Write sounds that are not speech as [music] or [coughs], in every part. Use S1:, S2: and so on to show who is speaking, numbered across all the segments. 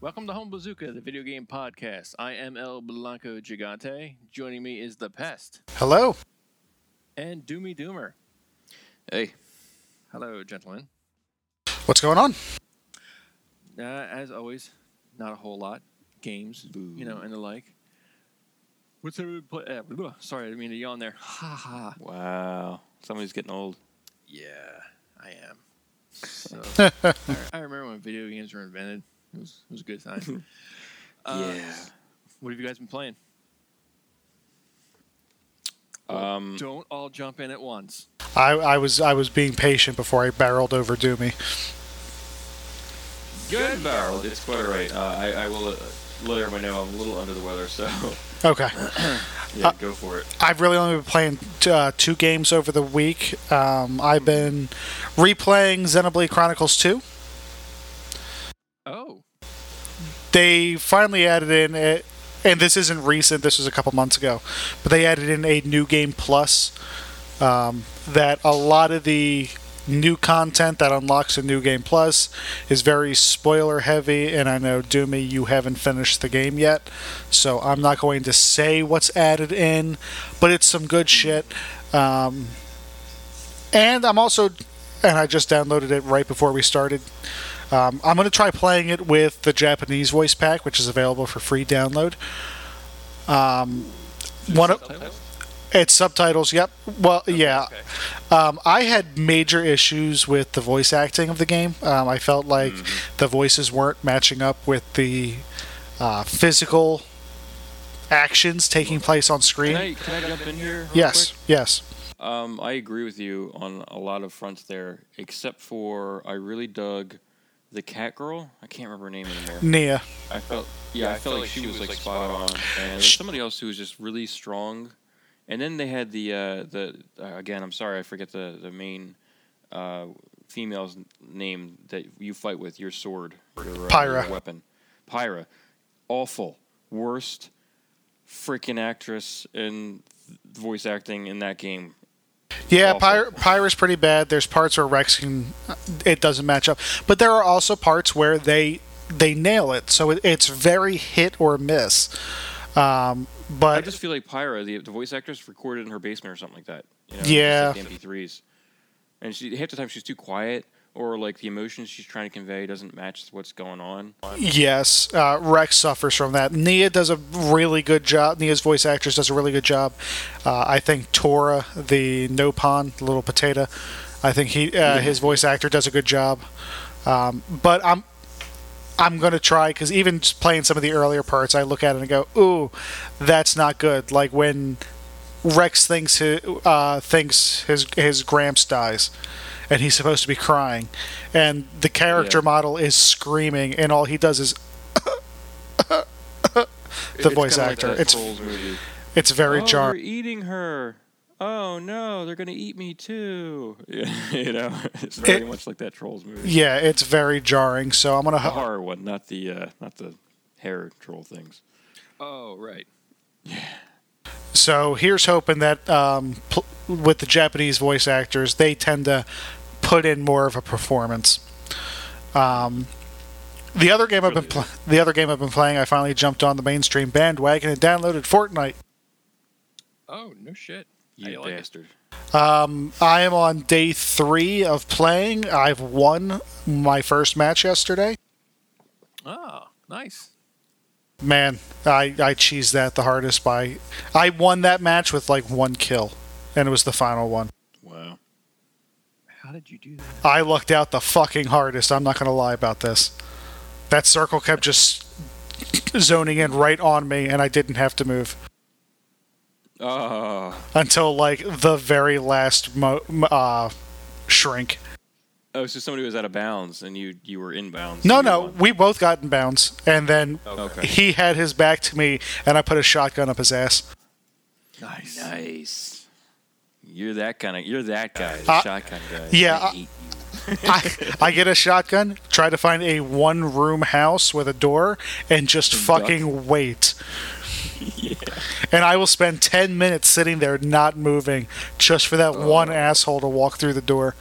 S1: Welcome to Home Bazooka, the video game podcast. I am El Blanco Gigante. Joining me is the Pest
S2: Hello.
S1: and Doomy Doomer.
S3: Hey,
S1: Hello, gentlemen.
S2: What's going on?
S1: Uh, as always, not a whole lot. Games, you know, and the like. What's everybody play? Uh, blah, sorry, I didn't mean to yawn there. Ha ha.
S3: wow, somebody's getting old.
S1: Yeah, I am. [laughs] So, I, I remember when video games were invented. It was, it was a good [laughs] time. Uh,
S3: Uh,
S1: What have you guys been playing?
S3: yeah. Um,
S1: Don't all jump in at once.
S2: I, I was I was being patient before I barreled over Doomy.
S3: good barrel. It's quite all right. Uh, I, I will uh, let everyone know I'm a little under the weather, so [laughs]
S2: Okay.
S3: yeah,
S2: Uh,
S3: go for it.
S2: I've really only been playing t- uh, two games over the week. Um, I've been replaying Xenoblade Chronicles 2.
S1: Oh,
S2: They finally added in it, and this isn't recent. This was a couple months ago, but they added in a new game plus um, that a lot of the new content that unlocks a new game plus is very spoiler heavy and i know doomy you haven't finished the game yet so i'm not going to say what's added in but it's some good shit um, and i'm also and i just downloaded it right before we started um, i'm going to try playing it with the japanese voice pack which is available for free download um, one of, it's subtitles yep well yeah
S3: okay.
S2: um, I had major issues with the voice acting of the game. Um, I felt like
S3: Mm-hmm.
S2: the voices weren't matching up with the uh, physical actions taking place on
S3: Can
S2: screen.
S3: I, can I jump in here? real
S2: yes, yes.
S3: quick? Um, I agree with you on a lot of fronts there, except for I really dug the cat girl. I can't remember her name anymore.
S2: Nia.
S3: I felt yeah, I felt like she was like spot on, and there was somebody else who was just really strong. And then they had the uh, the uh, again, I'm sorry, I forget the the main uh, female's n- name that you fight with your sword, your, uh, your
S2: Pyra.
S3: weapon, Pyra. Awful, worst, freaking actress in th- voice acting in that game.
S2: Yeah,
S3: Awful.
S2: Pyre, Pyre's pretty bad. There's parts where Rex can, it doesn't match up, but there are also parts where they they nail it. So it, it's very hit or miss. Um,
S3: I
S2: but
S3: just feel like Pyra, the, the voice actress, recorded in her basement or something like that. You know,
S2: Yeah.
S3: just like the MP3s. And she half the time she's too quiet, or like the emotions she's trying to convey doesn't match what's going on.
S2: Yes, uh, Rex suffers from that. Nia does a really good job. Nia's voice actress does a really good job. Uh, I think Tora, the Nopon, the little potato, I think he uh, his voice actor does a good job. Um, but I'm I'm gonna try because even just playing some of the earlier parts, I look at it and go, "Ooh, that's not good." Like when Rex thinks his, uh, thinks his his Gramps dies, and he's supposed to be crying, and the character
S3: Yeah.
S2: model is screaming, and all he does is the voice
S3: kinda
S2: actor.
S3: Like that
S2: it's
S3: Trolls movie.
S2: it's very
S3: oh,
S2: jarring.
S3: They're eating her. Oh no, they're gonna eat me too. [laughs] Yeah, you know, it's very
S2: It-
S3: much like that Trolls movie.
S2: Yeah, it's very jarring. So I'm gonna.
S3: The horror one, not the uh, not the hair troll things.
S1: oh, right.
S2: So here's hoping that um, pl- with the Japanese voice actors, they tend to put in more of a performance. Um, the other game I've been pl- the other game I've been playing, I finally jumped on the mainstream bandwagon and downloaded Fortnite.
S1: Oh, no shit.
S3: You
S1: I like it.
S3: bastard.
S2: Um, I am on day three of playing. I've won my first match yesterday.
S1: Ah, nice.
S2: Man, I I cheesed that the hardest by. I won that match with like one kill, and it was the final one.
S3: Wow.
S1: How did you do that?
S2: I lucked out the fucking hardest. I'm not going to lie about this. That circle kept just zoning in right on me, and I didn't have to move
S3: Ah.
S2: until like the very last mo- m- uh, shrink.
S3: Oh, so somebody was out of bounds and you you were in bounds.
S2: No,
S3: You
S2: no,
S3: won.
S2: we both got in bounds, and then
S3: Okay.
S2: he had his back to me, and I put a shotgun up his ass.
S1: Nice.
S3: Nice. You're that kind of. You're that guy. The
S2: Uh,
S3: shotgun guy.
S2: yeah,
S3: I
S2: uh,
S3: hate you.
S2: [laughs] I, I get a shotgun, try to find a one room house with a door, and just
S3: duck.
S2: fucking
S3: [laughs]
S2: wait. And I will spend 10 minutes sitting there not moving just for
S3: Oh.
S2: that one asshole to walk through the door.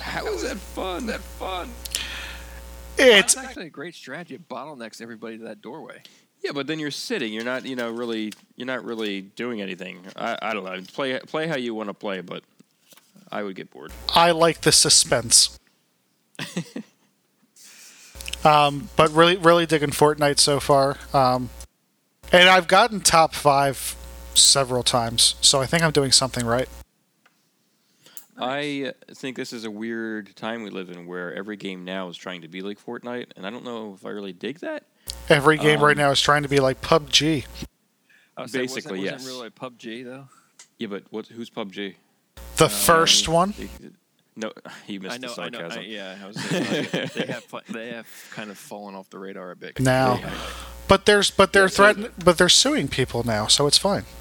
S3: How is that fun? That fun.
S2: It's
S1: That's actually a great strategy. It bottlenecks everybody to that doorway.
S3: Yeah, but then you're sitting. You're not, you know, really, you're not really doing anything. I, I don't know. Play, play how you want to play, but I would get bored.
S2: I like the
S3: [laughs]
S2: suspense. um, but really, really digging Fortnite so far. Um, and I've gotten top five several times, so I think I'm doing something right.
S3: I think this is a weird time we live in where every game now is trying to be like Fortnite, and I don't know if I really dig that.
S2: Every game
S3: Um,
S2: right now is trying to be like PUBG.
S1: I would say, wasn't-
S3: Basically,
S1: wasn't
S3: yes.
S1: Really, like PUBG though.
S3: Yeah, but what? Who's PUBG?
S2: The
S3: um,
S2: first one.
S3: No, [laughs] you missed
S1: I know.
S3: the
S1: I know.
S3: sarcasm.
S1: I, yeah, I was gonna say, they have fu- they have kind of fallen off the radar a bit.
S2: Now.
S1: Yeah.
S2: But there's but they're
S1: Yeah, so-
S2: threaten but they're suing people now, so it's fine.
S3: [laughs]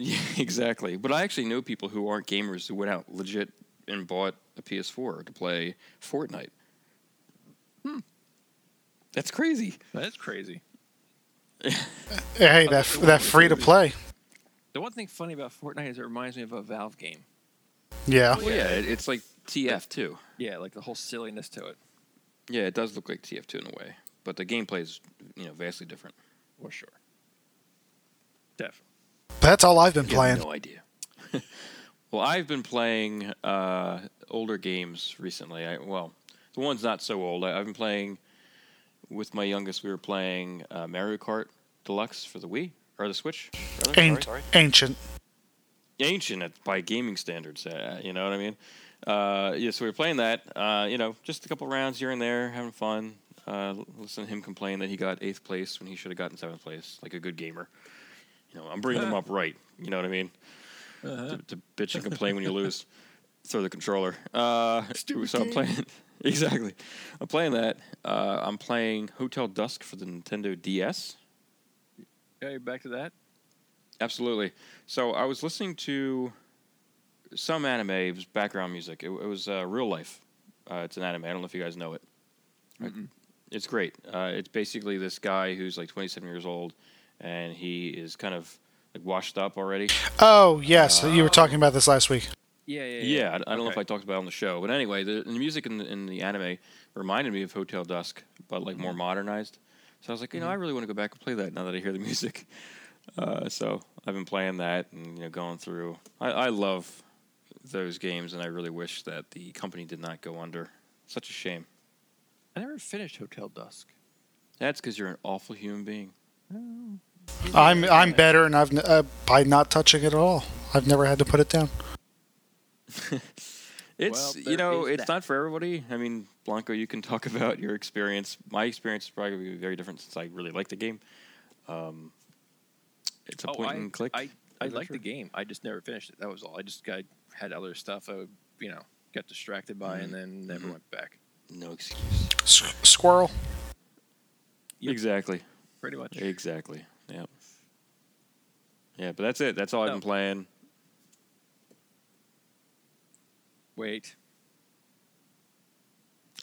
S3: Yeah, exactly. But I actually know people who aren't gamers who went out legit and bought a PS4 to play Fortnite. Hmm. That's crazy.
S1: That's crazy.
S2: Hey,
S1: Oh, they
S2: that that
S1: want
S2: free to
S1: to.
S2: play.
S1: The one thing funny about Fortnite is it reminds me of a Valve game.
S2: Yeah.
S3: Well, yeah, it- it's like TF2.
S1: Yeah, like the whole silliness to it.
S3: Yeah, it does look like TF2 in a way, but the gameplay is you know vastly different.
S1: For sure. Definitely.
S2: That's all I've been
S3: You have
S2: playing.
S3: no idea. well, I've been playing uh, older games recently. I, well, the one's not so old. I, I've been playing with my youngest. We were playing uh, Mario Kart Deluxe for the Wii or the Switch. rather,
S2: An-
S3: sorry, sorry.
S2: Ancient.
S3: Ancient at, by gaming standards. Uh, you know what I mean? Uh, yeah, so we were playing that. Uh, you know, just a couple rounds here and there, having fun. Uh, l- listen to him complain that he got eighth place when he should have gotten seventh place, like a good gamer. You know, I'm bringing him up right. You know what I mean? to, to bitch and complain when you lose. [laughs] Throw the controller. Uh, so I'm playing. [laughs] exactly. I'm playing that. Uh, I'm playing Hotel Dusk for the Nintendo DS.
S1: Yeah, you're back to that.
S3: Absolutely. So I was listening to some anime. It was background music. It, it was uh, Real Life. Uh, it's an anime. I don't know if you guys know it. It's great. Uh, it's basically this guy who's like 27 years old, and he is kind of like washed up already.
S2: Oh yes,
S3: Uh,
S2: you were talking about this last week.
S1: Yeah, yeah, yeah.
S3: Yeah, I, I don't know if
S1: Okay.
S3: I talked about it on the show, but anyway, the, the music in the, in the anime reminded me of Hotel Dusk, but like more modernized. So I was like, you know, I really want to go back and play that now that I hear the [laughs] music. Uh, so I've been playing that and you know going through. I, I love those games, and I really wish that the company did not go under. Such a shame.
S1: I never finished Hotel Dusk.
S3: That's because you're an awful human being.
S2: I'm I'm better, and I've n- uh, by not touching it at all. I've never had to put it down.
S1: Well,
S3: It's
S1: there
S3: you know,
S1: is
S3: it's
S1: that.
S3: not for everybody. I mean, Blanco, you can [laughs] talk about your experience. My experience is probably gonna be very different since I really like the game. Um, it's a
S1: oh,
S3: point
S1: I,
S3: and click.
S1: I, I liked the
S3: adventure.
S1: game. I just never finished it. That was all. I just got, had other stuff I would, you know, got distracted by and
S3: Mm-hmm.
S1: then never went back.
S3: No excuse.
S2: S- squirrel.
S1: Yep.
S3: Exactly.
S1: Pretty much.
S3: Exactly. Yeah. Yeah, but that's it. That's all I've
S1: No.
S3: been playing.
S1: Wait.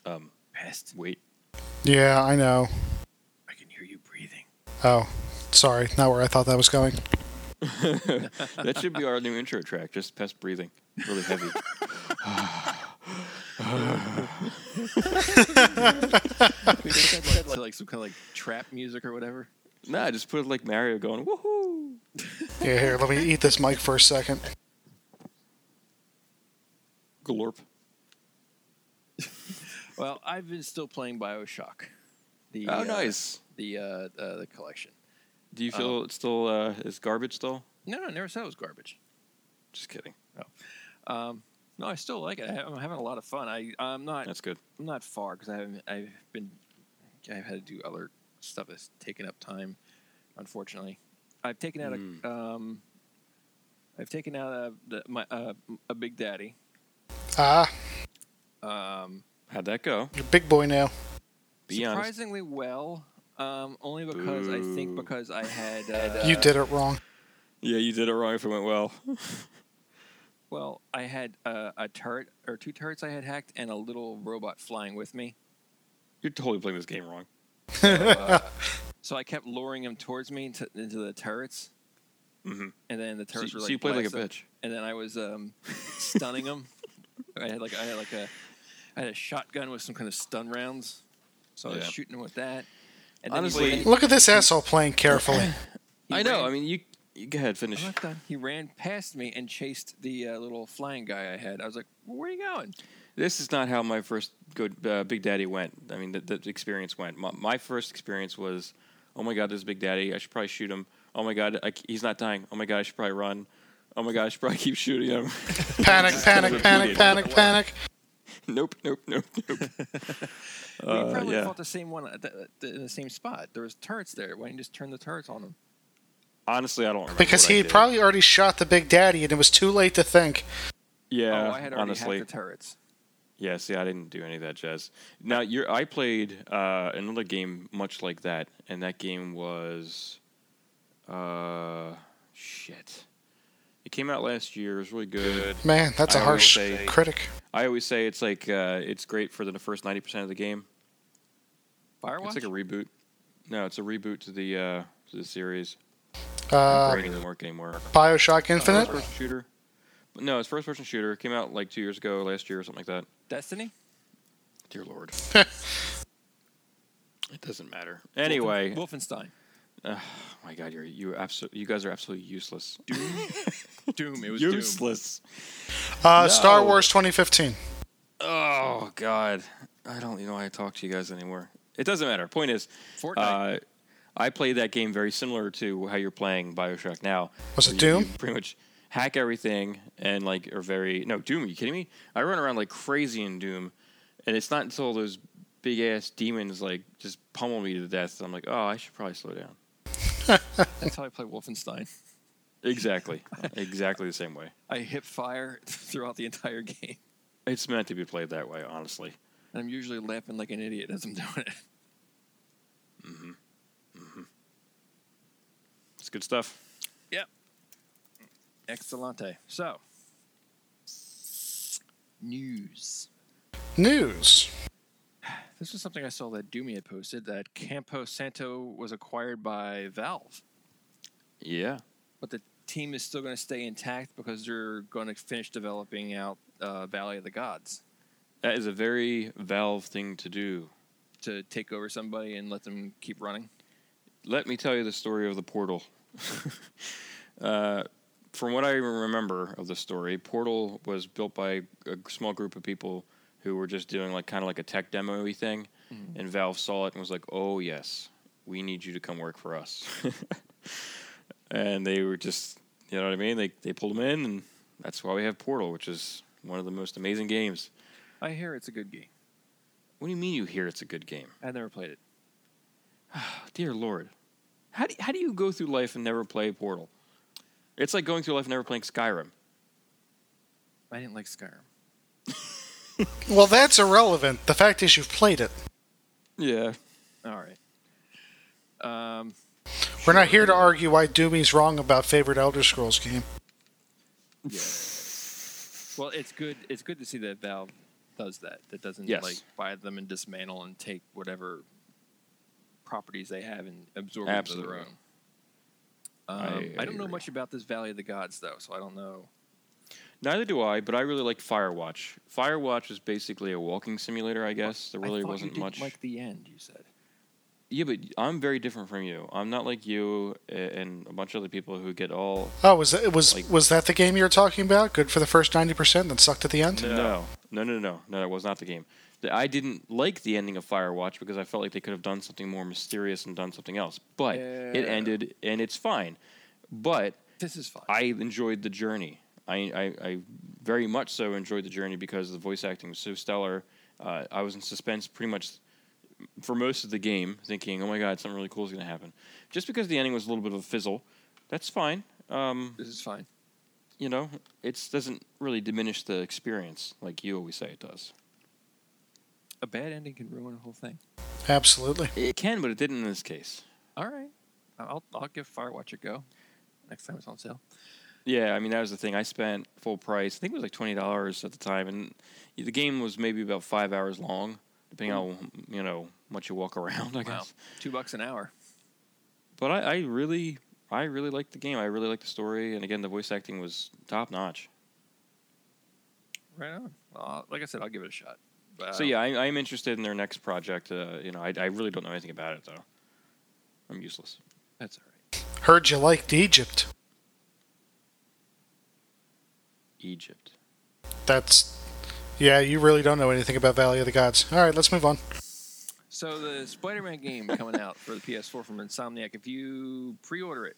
S3: Um,
S1: Pest.
S3: wait. [laughs]
S2: Yeah, I know.
S1: I can hear you [laughs] breathing.
S2: Oh, sorry, not where I thought that was going.
S3: That should be our new intro track. Just pest breathing.
S1: [laughs]
S3: Really heavy.
S1: We could have said, like, to, like some kind of like trap music or whatever.
S3: nah, just put it like Mario going woohoo.
S2: Yeah, here, let me eat this mic for a second.
S3: Glorp.
S1: Well, I've been still playing Bioshock. The,
S3: Oh,
S1: uh,
S3: nice.
S1: The uh, uh, the collection.
S3: Do you feel it's still uh, is garbage still?
S1: No, no, I never said it was garbage.
S3: Just kidding.
S1: Um, no, I still like it. I, I'm having a lot of fun. I I'm not
S3: That's good.
S1: I'm not far because I haven't I've been I've had to do other stuff that's taken up time. Unfortunately, I've taken out
S3: Mm.
S1: a um, I've taken out a the, my uh, a big daddy.
S2: Ah,
S1: Um,
S3: How'd that go?
S2: you're big boy now.
S3: Be honest.
S1: surprisingly well. Um, only because I think
S3: Boo.
S1: because I
S3: [laughs]
S1: had uh,
S2: You did it wrong.
S3: Yeah, you did it wrong if it went well.
S1: Well, I had uh, a turret or two turrets I had hacked and a little robot flying with
S3: [laughs]
S1: me.
S3: [laughs] You're totally playing this game wrong.
S1: Uh, So I kept luring him towards me to, into the turrets,
S3: Mhm.
S1: and then the
S3: So,
S1: turrets were like
S3: so you played like a
S1: blasted.
S3: bitch.
S1: And then I was um, stunning him. I had like I had like a I had a shotgun with some kind of stun rounds, so I was
S3: Yeah.
S1: shooting with that. And
S3: Honestly-
S1: he, ran-
S2: Look at this asshole playing carefully.
S1: he
S3: I know.
S1: ran- Uh-huh.
S3: I mean, you, you go ahead, finish.
S1: I'm not done. He ran past me and chased the uh, little flying guy I had. I was like, well, "Where are you going?"
S3: This is not how my first good uh, Big Daddy went. I mean, the, the experience went. My, my first experience was, oh my god, this is Big Daddy. I should probably shoot him. Oh my god, I c he's not dying. Oh my god, I should probably run. Oh my god, I should probably keep shooting him. [laughs]
S2: panic, panic, panic, panic, panic.
S3: nope, nope, nope, nope.
S1: we
S3: uh,
S1: probably
S3: yeah.
S1: fought the same one at the, the, in the same spot. There was turrets there. Why didn't you just turn the turrets on them?
S3: Honestly, I don't remember
S2: Because
S3: what I
S2: he had
S3: did.
S2: probably already shot the Big Daddy and it was too late to think.
S3: yeah.
S1: oh, I had already
S3: honestly,
S1: hacked the turrets.
S3: Yeah, see, I didn't do any of that jazz. Now, you're, I played uh, another game much like that, and that game was, uh, shit. It came out last year. It was really good.
S2: Man, that's a
S3: I will
S2: harsh
S3: say-
S2: critic.
S3: I always say it's like uh, it's great for the first ninety percent of the game.
S1: Firewatch.
S3: It's like a reboot. No, it's a reboot to the uh, to the series.
S2: Uh,
S3: Great doesn't work anymore.
S2: Bioshock
S3: First
S2: Infinite?
S3: person shooter. No, it's first person shooter. It came out like two years ago, last year or something like that.
S1: Destiny.
S3: Dear Lord. it doesn't matter. Anyway,
S1: Wolfen- Wolfenstein.
S3: Oh my god, you're you absolute you guys are absolutely useless.
S1: Doom. It was Doom.
S3: useless.
S2: Uh, Star
S3: No.
S2: Wars 2015.
S3: [laughs] Oh god, I don't even know why I talk to you guys anymore. It doesn't matter. Point is,
S1: Fortnite.
S3: uh, I played that game very similar to how you're playing Bioshock now.
S2: Was
S3: where
S2: it
S3: you-
S2: Doom?
S3: you pretty much hack everything and like are very no Doom. Are you kidding me? I run around like crazy in Doom, and it's not until those big ass demons like just pummel me to death that I'm like, oh, I should probably slow down.
S1: That's how I play Wolfenstein.
S3: Exactly, exactly the same way.
S1: I hip fire [laughs] throughout the entire game,
S3: It's meant to be played that way, honestly.
S1: and I'm usually laughing like an idiot as I'm doing it.
S3: It's good stuff.
S1: Excellente. So, news.
S2: News.
S1: This was something I saw that Doomy had posted that Campo Santo was acquired by Valve,
S3: Yeah.
S1: but the team is still going to stay intact because they're going to finish developing out uh, Valley of the Gods
S3: That is a very Valve thing to do.
S1: to take over somebody and let them keep running.
S3: Let me tell you the story of the Portal. uh, from what I remember of the story, Portal was built by a small group of people who were just doing like kind of like a tech demo-y thing, and Valve saw it and was like, "Oh yes, we need you to come work for us." and they were just, you know what I mean? They they pulled them in, and that's why we have Portal, which is one of the most amazing games.
S1: I hear it's a good game.
S3: What do you mean you hear it's a good game?
S1: I've never played it.
S3: Dear Lord, how do how do you go through life and never play Portal? It's like going through life and never playing Skyrim.
S1: I didn't like Skyrim.
S2: Well, that's irrelevant. The fact is, you've played it.
S3: Yeah,
S1: All right. Um,
S2: We're not here to argue why Doomy's wrong about favorite Elder Scrolls game.
S1: yeah. well, it's good. It's good to see that Valve does that. That doesn't
S3: Yes.
S1: like buy them and dismantle and take whatever properties they have and absorb them
S3: Absolutely.
S1: to their own. Um,
S3: I
S1: I, don't know
S3: agree.
S1: much about this Valley of the Gods though, so I don't know.
S3: neither do I. But I really liked Firewatch. Firewatch is basically a walking simulator, I guess. There really wasn't much.
S1: Like the end, you said.
S3: yeah, but I'm very different from you. I'm not like you a- and a bunch of other people who get all
S2: Oh, was that, was
S3: Like-
S2: was that the game you were talking about? Good for the first ninety percent, then sucked at the end.
S3: No, no, no, no, no. That was not the game. The- I didn't like the ending of Firewatch because I felt like they could have done something more mysterious and done something else. But
S1: Yeah.
S3: it ended, and it's fine. But
S1: This is fine.
S3: I enjoyed the journey. I, I, I very much so enjoyed the journey because the voice acting was so stellar. Uh, I was in suspense pretty much for most of the game, thinking, "Oh my God, something really cool is going to happen." Just because the ending was a little bit of a fizzle, that's fine. Um,
S1: this is fine.
S3: you know, it doesn't really diminish the experience like you always say it does.
S1: A bad ending can ruin a whole thing.
S2: Absolutely.
S3: It can, but it didn't in this case.
S1: All right, I'll I'll give Firewatch a go. Next time it's on sale.
S3: Yeah, I mean that was the thing. I spent full price. I think it was like twenty dollars at the time, and the game was maybe about five hours long, depending on you know much you walk around. [laughs] I guess.
S1: Wow, two bucks an hour.
S3: But I, I really, I really liked the game. I really liked the story, and again, the voice acting was top notch.
S1: Right on. Well, I'll- like I said, I'll give it a shot. But I
S3: So
S1: don't-
S3: yeah, I, I'm interested in their next project. Uh, you know, I, I really don't know anything about it though. I'm useless.
S1: that's all right.
S2: Heard you liked Egypt.
S3: Egypt.
S2: That's yeah. You really don't know anything about Valley of the Gods. All right, let's move on.
S1: So the Spider-Man game coming out for the PS4 from Insomniac. If you pre-order it,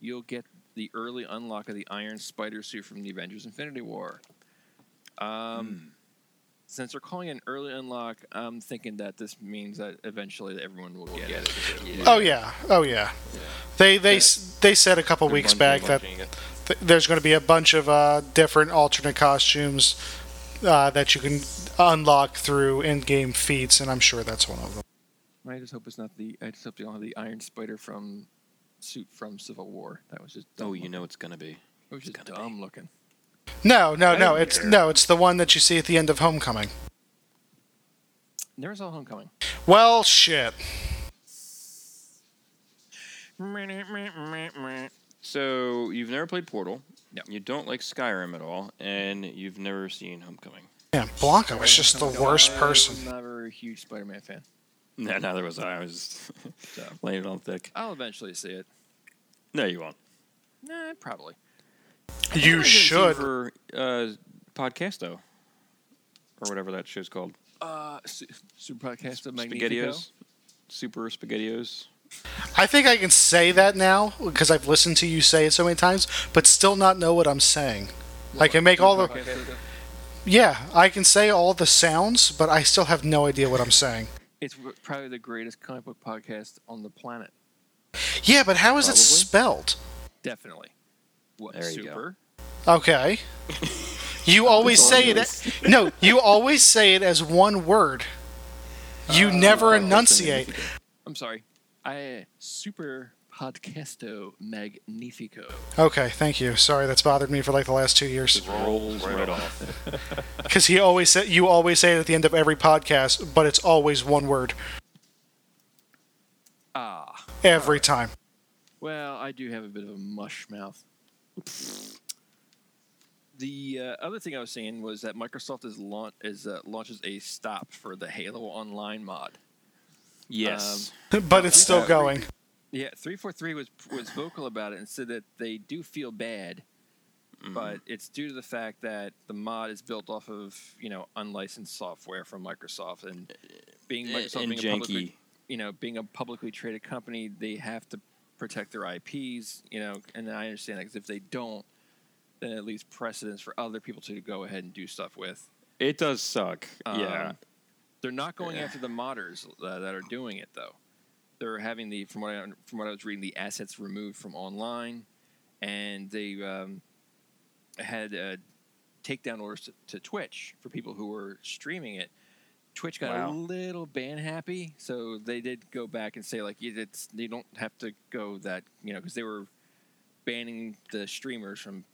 S1: you'll get the early unlock of the Iron Spider suit from the Avengers: Infinity War. Um,
S3: Hmm.
S1: Since they're calling it an early unlock, I'm thinking that this means that eventually that everyone will get, it.
S2: Oh yeah. Oh yeah. They they s they said a couple
S3: They're
S2: weeks
S3: bungee
S2: back that
S3: bunching it.
S2: th- there's going to be a bunch of uh, different alternate costumes uh, that you can unlock through in-game feats, and I'm sure that's one of them.
S1: I just hope it's not the. I just hope they don't have the Iron Spider from suit from Civil War. That was just. Dumb
S3: Oh, you
S1: looking.
S3: know it's gonna be.
S1: It was just
S3: gonna be.
S1: dumb looking.
S2: No, no, no.
S1: don't
S2: It's
S1: care.
S2: no, it's the one that you see at the end of Homecoming.
S1: Never saw Homecoming.
S2: Well, shit.
S3: So you've never played Portal.
S1: No.
S3: You don't like Skyrim at all, and you've never seen Homecoming.
S2: Yeah, Blanca was just the worst person.
S1: I'm not a very huge Spider-Man fan.
S3: No, neither was I. I was [laughs]
S1: So
S3: laying it on thick.
S1: I'll eventually see it.
S3: No, you won't.
S1: Nah, probably.
S2: You should.
S3: for uh, podcast though, or whatever that show's called.
S1: Uh, su- Super Podcast of Magnifico.
S3: Spaghettios, Super Spaghettios.
S2: I think I can say that now because I've listened to you say it so many times, but still not know what I'm saying. I can make all the
S1: Podcast of-
S2: yeah, I can say all the sounds, but I still have no idea what I'm saying.
S1: It's w- probably the greatest comic book podcast on the planet.
S2: Yeah, but how is it
S3: Probably.
S2: spelled?
S1: Definitely. What
S3: There you go.
S1: super?
S2: Okay. You always say it. a- No, you always say it as one word. You never enunciate.
S1: I'm sorry. I super podcasto magnifico.
S2: Okay, thank you. Sorry, that's bothered me for like the last two years.
S3: Rolls right off.
S2: Because he always said you always say it at the end of every podcast, but it's always one word
S1: Ah,
S2: every time.
S1: well, I do have a bit of a mush mouth. The uh, other thing I was saying was that Microsoft is launch is uh, launches a stop for the Halo Online mod.
S3: Yes.
S2: But it's still going.
S1: Yeah, three four three was was vocal about it and said that they do feel bad,
S3: Mm-hmm.
S1: but it's due to the fact that the mod is built off of you know unlicensed software from Microsoft and being Microsoft
S3: and
S1: being a
S3: janky.
S1: publicly, you know being a publicly traded company, they have to protect their IPs, you know, and I understand that 'cause if they don't, then it leaves precedence for other people to go ahead and do stuff with.
S3: It does suck.
S1: Um,
S3: yeah.
S1: They're not going
S3: Yeah.
S1: after the modders uh, that are doing it though. They're having the from what I from what I was reading the assets removed from online, and they um, had uh, takedown orders to, to Twitch for people who were streaming it. Twitch got
S3: Wow.
S1: a little ban happy, so they did go back and say like "Yeah, it's they don't have to go that you know because they were banning the streamers from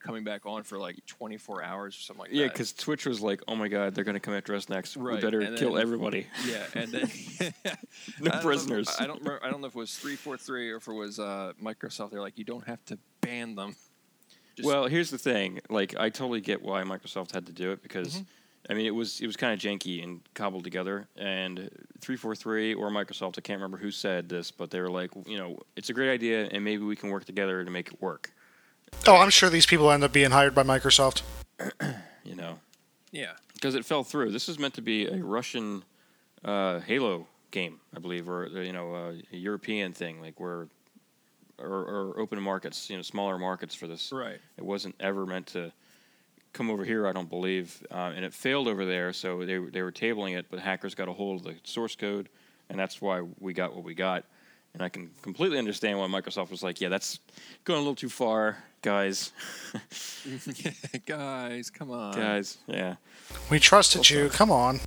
S1: coming back on for like 24 hours or something like
S3: Yeah,
S1: that.
S3: because Twitch was like, "Oh my God, they're gonna come after us next. We
S1: Right,
S3: better
S1: and
S3: kill
S1: then-
S3: everybody. [laughs]
S1: Yeah, and then
S3: No
S1: I don't know-
S3: prisoners."
S1: I don't. Remember, I don't know if it was three four three or if it was uh, Microsoft. They're like, you don't have to ban them. [laughs] Just-
S3: well, here's the thing. Like, I totally get why Microsoft had to do it because, I mean, it was it was kind of janky and cobbled together. And three four three or Microsoft, I can't remember who said this, but they were like, you know, it's a great idea, and maybe we can work together to make it work.
S2: Oh, I'm sure these people end up being hired by Microsoft.
S3: You know,
S1: Yeah,
S3: because it fell through. This is meant to be a Russian uh, Halo game, I believe, or you know, uh, a European thing, like where or, or open markets, you know, smaller markets for this.
S1: right.
S3: It wasn't ever meant to come over here, I don't believe, uh, and it failed over there. So they were- they were tabling it, but hackers got a hold of the source code, and that's why we got what we got. And I can completely understand why Microsoft was like, "Yeah, that's going a little too far, guys,
S1: [laughs] Guys, come on.
S3: guys, [laughs] yeah,
S2: We trusted you. Come on.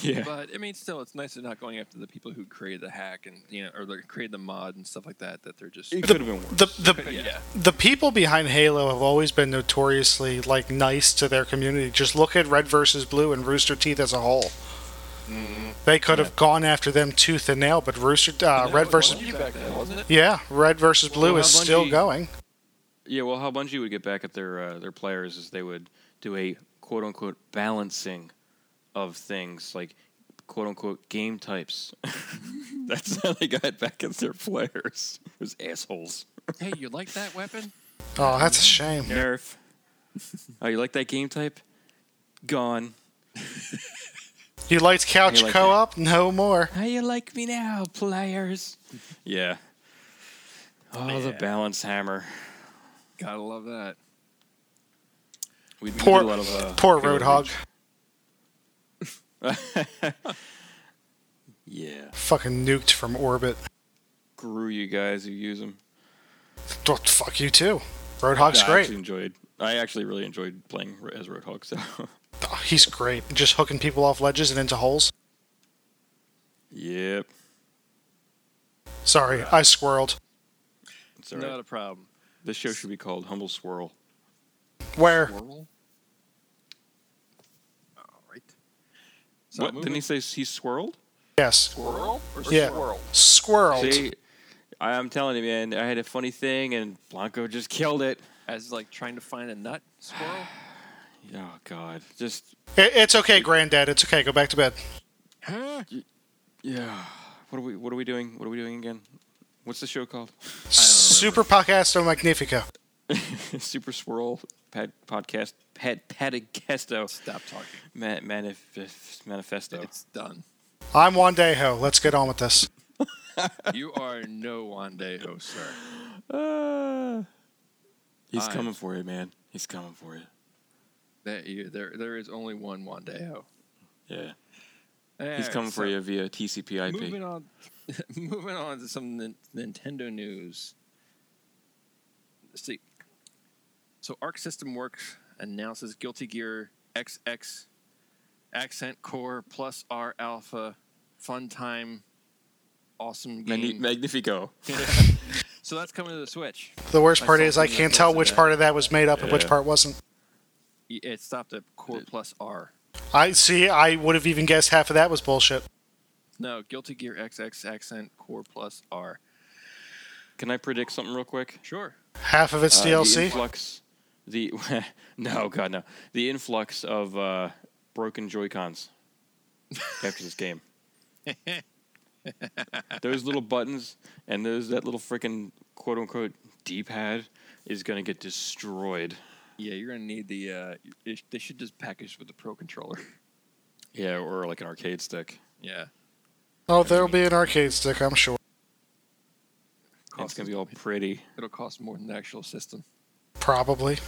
S3: yeah."
S1: But I mean, still, it's nice they're not going after the people who created the hack and you know, or they created the mod and stuff like that. That they're just [laughs]
S3: It could have been worse.
S2: The the
S1: yeah.
S2: the people behind Halo have always been notoriously like nice to their community. Just look at Red versus Blue and Rooster Teeth as a whole.
S3: Mm-hmm.
S2: They could have gone after them tooth and nail, but Rooster uh, Red versus yeah, Red versus Blue
S3: how
S2: is still
S3: Bungie-
S2: going.
S3: Yeah, well, how Bungie would get back at their uh, their players is they would do a quote unquote balancing of things like quote unquote game types. [laughs] That's how they got back at their players. Those assholes.
S1: hey, you like that weapon?
S2: Oh, that's a
S3: Mm-hmm.
S2: shame.
S3: Nerf. [laughs] oh, you like that game type? Gone.
S2: You liked couch
S3: You like
S2: co-op? No more.
S3: How you like me now, players? yeah. Oh, the
S1: Yeah.
S3: balance hammer.
S1: Gotta love that.
S3: We we
S2: Poor,
S3: did a lot of, uh,
S2: poor
S3: coverage.
S2: Roadhog.
S3: Yeah.
S2: Fucking nuked from orbit.
S3: Grew you guys who use them.
S2: Oh, fuck you too. Roadhog's
S3: I
S2: great.
S3: actually enjoyed. I actually really enjoyed playing ro- as Roadhog. So [laughs]
S2: Oh, he's great. Just hooking people off ledges and into holes.
S3: yep.
S2: Sorry, I squirreled.
S3: It's all right.
S1: Not a problem.
S3: This show should be called Humble Swirl.
S2: Where?
S1: Swirl? All right.
S3: what didn't he say? He swirled.
S2: Yes.
S1: Swirl? Or
S2: Yeah.
S1: swirl?
S2: Squirreled.
S3: See, I- I'm telling you, man. I had a funny thing, and Blanco just killed it.
S1: As like trying to find a nut? Swirl?
S3: Oh God, just
S2: I- it's okay, Granddad. It's okay. Go back to bed.
S1: huh?
S3: yeah. What are we? What are we doing? What are we doing again? What's the show called? [laughs]
S2: Super Podcasto Magnifico.
S3: Super Swirl Pad Podcast Pad Padagesto
S1: Stop talking.
S3: Ma- manif- Manifesto.
S1: It's done.
S2: I'm Wandejo. Let's get on with this.
S1: You are no Wandejo, sir.
S3: Ah. he's
S1: I-
S3: coming for you, man. He's coming for you.
S1: That you, there, there is only one Wandejo.
S3: Yeah.
S1: All
S3: He's
S1: right,
S3: coming for
S1: so
S3: you via TCP/IP.
S1: Moving on, [laughs] moving on to some Nin- Nintendo news. Let's see, so Arc System Works announces Guilty Gear XX Accent Core Plus R Alpha Fun Time Awesome
S3: Magni-
S1: Game. [laughs]
S3: Magnifico. [laughs]
S1: so that's coming to the Switch.
S2: The worst
S1: I
S2: part
S1: saw
S2: is I
S1: something
S2: can't
S1: that
S2: tell
S1: posted
S2: which
S1: that.
S2: part of that was made up and which
S3: Yeah.
S2: part wasn't.
S1: Y- It stopped at Core Plus R.
S2: I see. I would have even guessed half of that was bullshit.
S1: No, Guilty Gear XX Accent Core Plus R.
S3: Can I predict something real quick?
S1: Sure.
S2: Half of it's
S3: Uh, The
S2: DLC.
S3: influx. The [laughs] no, God no. The influx of uh, broken Joy Cons after this game. those little buttons and those that little freaking quote unquote D pad is gonna get destroyed.
S1: Yeah, you're gonna need the. Uh, it, they should just package with the Pro
S3: [laughs]
S1: Controller.
S3: Yeah, or like an arcade stick.
S1: Yeah.
S2: oh, there'll be an arcade stick, I'm sure.
S3: And it's gonna be all pretty,
S1: It'll cost more than the actual system.
S2: Probably.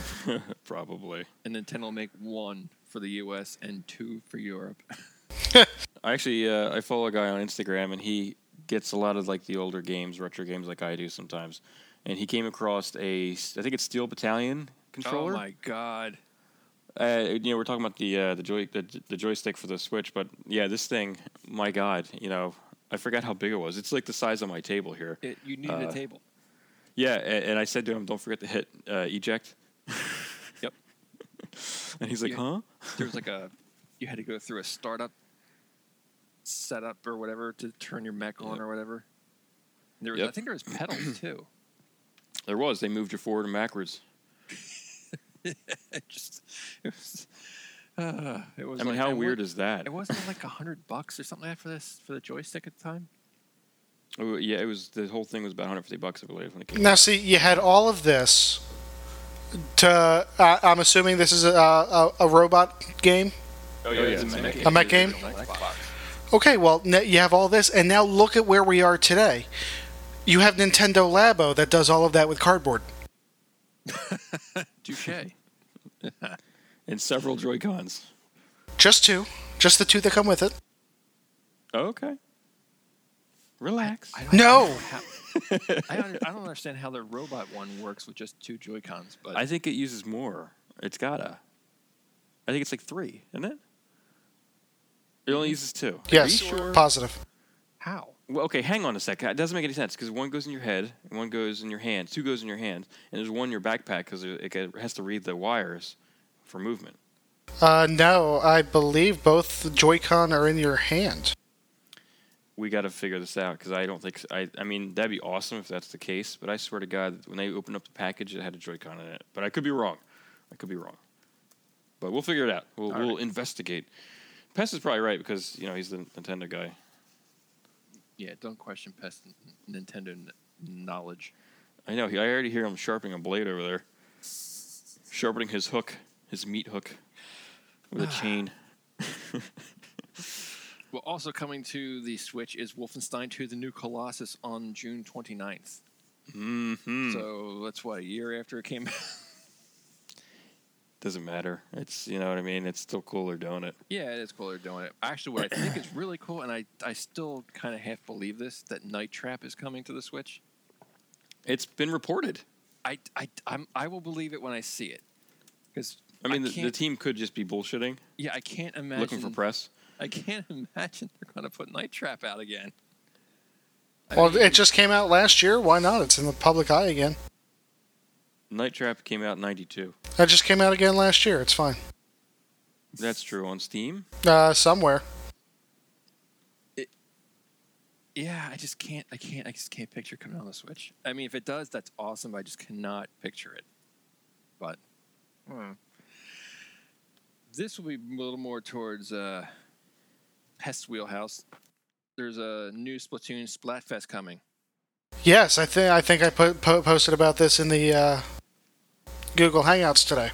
S3: probably.
S1: And Nintendo will make one for the US and two for Europe.
S3: I actually uh, I follow a guy on Instagram and he gets a lot of like the older games, retro games, like I do sometimes. And he came across a I think it's Steel Battalion controller.
S1: Oh my god.
S3: Uh, you know, we're talking about the uh, the joy the, the joystick for the Switch, but yeah, this thing, my God, you know, I forgot how big it was. It's like the size of my table here.
S1: It, you needed a
S3: Uh,
S1: table.
S3: Yeah, and, and I said to him, "Don't forget to hit uh, eject."
S1: [laughs] Yep.
S3: [laughs] And he's like,
S1: Yeah.
S3: "Huh?"
S1: There was like a [laughs] you had to go through a startup setup or whatever to turn your mech on
S3: Yep.
S1: or whatever. There was, I
S3: Yep.
S1: think there was
S3: [coughs]
S1: pedals
S3: [laughs]
S1: too.
S3: There was. They moved you forward and backwards.
S1: It just it
S3: [sighs]
S1: was uh, [sighs] it was
S3: I mean,
S1: like-
S3: how
S1: it
S3: weird
S1: wa-
S3: is that?
S1: it wasn't like a hundred bucks or something like that for this for the joystick at the time.
S3: Oh, yeah, it was. The whole thing was about 150 bucks, I believe, when it came.
S2: Now, see, you had all of this. To I I'm assuming this is a, a, a robot game.
S3: Oh
S1: yeah, it's a mech
S2: A mech game? Okay, well, n- you have all this, and now look at where we are today. You have Nintendo Labo that does all of that with cardboard.
S1: [laughs] Touche.
S3: and several Joy Cons.
S2: Just two, just the two that come with it.
S3: Okay. Relax.
S1: I don't
S2: No.
S1: know how- I, don't, I don't understand how the robot one works with just two Joy Cons, but
S3: I think it uses more. It's gotta. I think it's like three, isn't it? It only uses two.
S2: Yes,
S3: Are you sure?
S2: positive.
S1: how?
S3: well, okay, hang on a second. It doesn't make any sense because one goes in your head, and one goes in your hand, two goes in your hand, and there's one in your backpack because it it has to read the wires for movement.
S2: Uh, no, I believe both Joy-Con are in your hand.
S3: We got to figure this out because I don't think I. I mean, that'd be awesome if that's the case, but I swear to God, when they opened up the package, it had a Joy-Con in it. But I could be wrong. I could be wrong. But we'll figure it out. We'll,
S1: All
S3: we'll
S1: right.
S3: investigate. Pest is probably right because you know he's the Nintendo guy.
S1: Yeah, don't question pest n- Nintendo n- knowledge.
S3: I know. he- I already hear him sharpening a blade over there, sharpening his hook, his meat hook, with
S1: [sighs]
S3: a chain.
S1: Well, also coming to the Switch is Wolfenstein 2: The New Colossus on June 29th. Hmm.
S3: Mm-hmm.
S1: So that's what a year after it came out. [laughs]
S3: Doesn't matter. It's you know what I mean. It's still cool they're doing it.
S1: yeah, it is cool they're doing it. Actually, what I think is really cool, and I I still kind of half believe this, that Night Trap is coming to the Switch.
S3: It's been reported.
S1: I I I'm, I will believe it when I see it. Because
S3: I mean,
S1: I
S3: the, the
S1: can't-
S3: team could just be bullshitting,
S1: yeah, I can't imagine
S3: looking for press.
S1: I can't [laughs] imagine they're going to put Night Trap out again. I
S2: Well,
S1: mean,
S2: it just came out last year. Why not? It's in the public eye again.
S3: Night Trap came out in '92.
S2: That just came out again last year. It's fine.
S3: That's true on Steam.
S2: Uh, somewhere.
S1: yeah, I just can't. I can't. I just can't picture it coming on the Switch. I mean, if it does, that's awesome. But I just cannot picture it. But
S3: Hmm.
S1: this will be a little more towards uh, Pest Wheelhouse. There's a new Splatoon Splatfest coming.
S2: Yes, I think I think I put, po- posted about this in the uh, Google Hangouts today.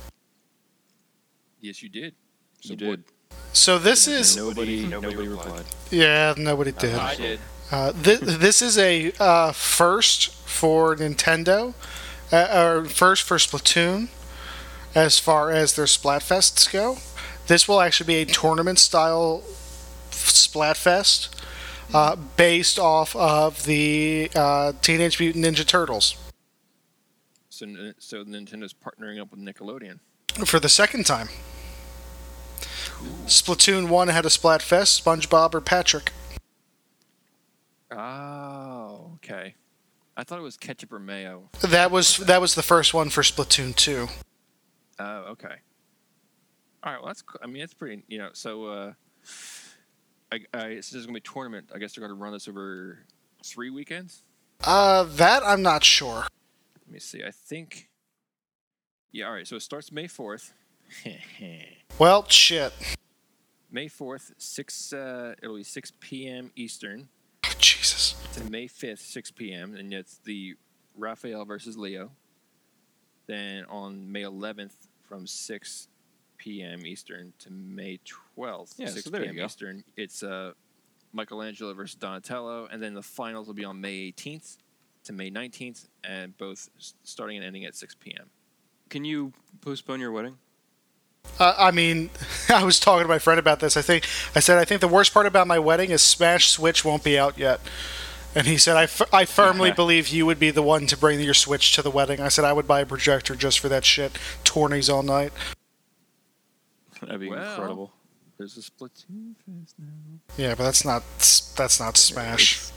S1: Yes, you did.
S3: You did.
S2: So this is
S3: Nobody, nobody, replied.
S2: yeah, nobody did.
S1: I did.
S2: Uh, th- this is a uh, first for Nintendo, uh, or first for Splatoon, as far as their Splatfests go. This will actually be a tournament style Splatfest uh, based off of the uh, Teenage Mutant Ninja Turtles
S1: So, n- so Nintendo's partnering up with Nickelodeon.
S2: for the second time. Splatoon 1 had a Splatfest, SpongeBob or Patrick.
S1: Oh, okay. I thought it was ketchup or mayo.
S2: That was that was the first one for Splatoon 2.
S1: Oh, okay. All right. Well, that's. co- I mean, that's pretty. You know, so uh, I, I, it's just gonna be a tournament. I guess they're gonna run this over three weekends.
S2: Uh, that I'm not sure.
S1: Let me see. I think. Yeah. All right. So it starts May fourth.
S3: [laughs]
S2: Well, shit.
S1: May fourth, six. Uh, it'll be six p.m. Eastern
S2: Oh, Jesus.
S1: to May fifth, six p.m. And it's the Raphael versus Leo. Then on May eleventh, from six p.m. Eastern to May twelfth,
S3: Yeah, so
S1: six
S3: there you
S1: p.m.
S3: go.
S1: Eastern, it's uh, Michelangelo versus Donatello, and then the finals will be on May eighteenth to May nineteenth, and both s- starting and ending at six p.m.
S3: Can you postpone your wedding?
S2: Uh, I mean, [laughs] I was talking to my friend about this. I think I said I think the worst part about my wedding is Smash Switch won't be out yet. And he said, I, f- I firmly believe you would be the one to bring your Switch to the wedding. I said, I would buy a projector just for that shit. Tourneys all night.
S3: That'd be
S1: Well,
S3: incredible.
S1: There's a Splatoon fest now.
S2: Yeah, but that's not that's not Smash.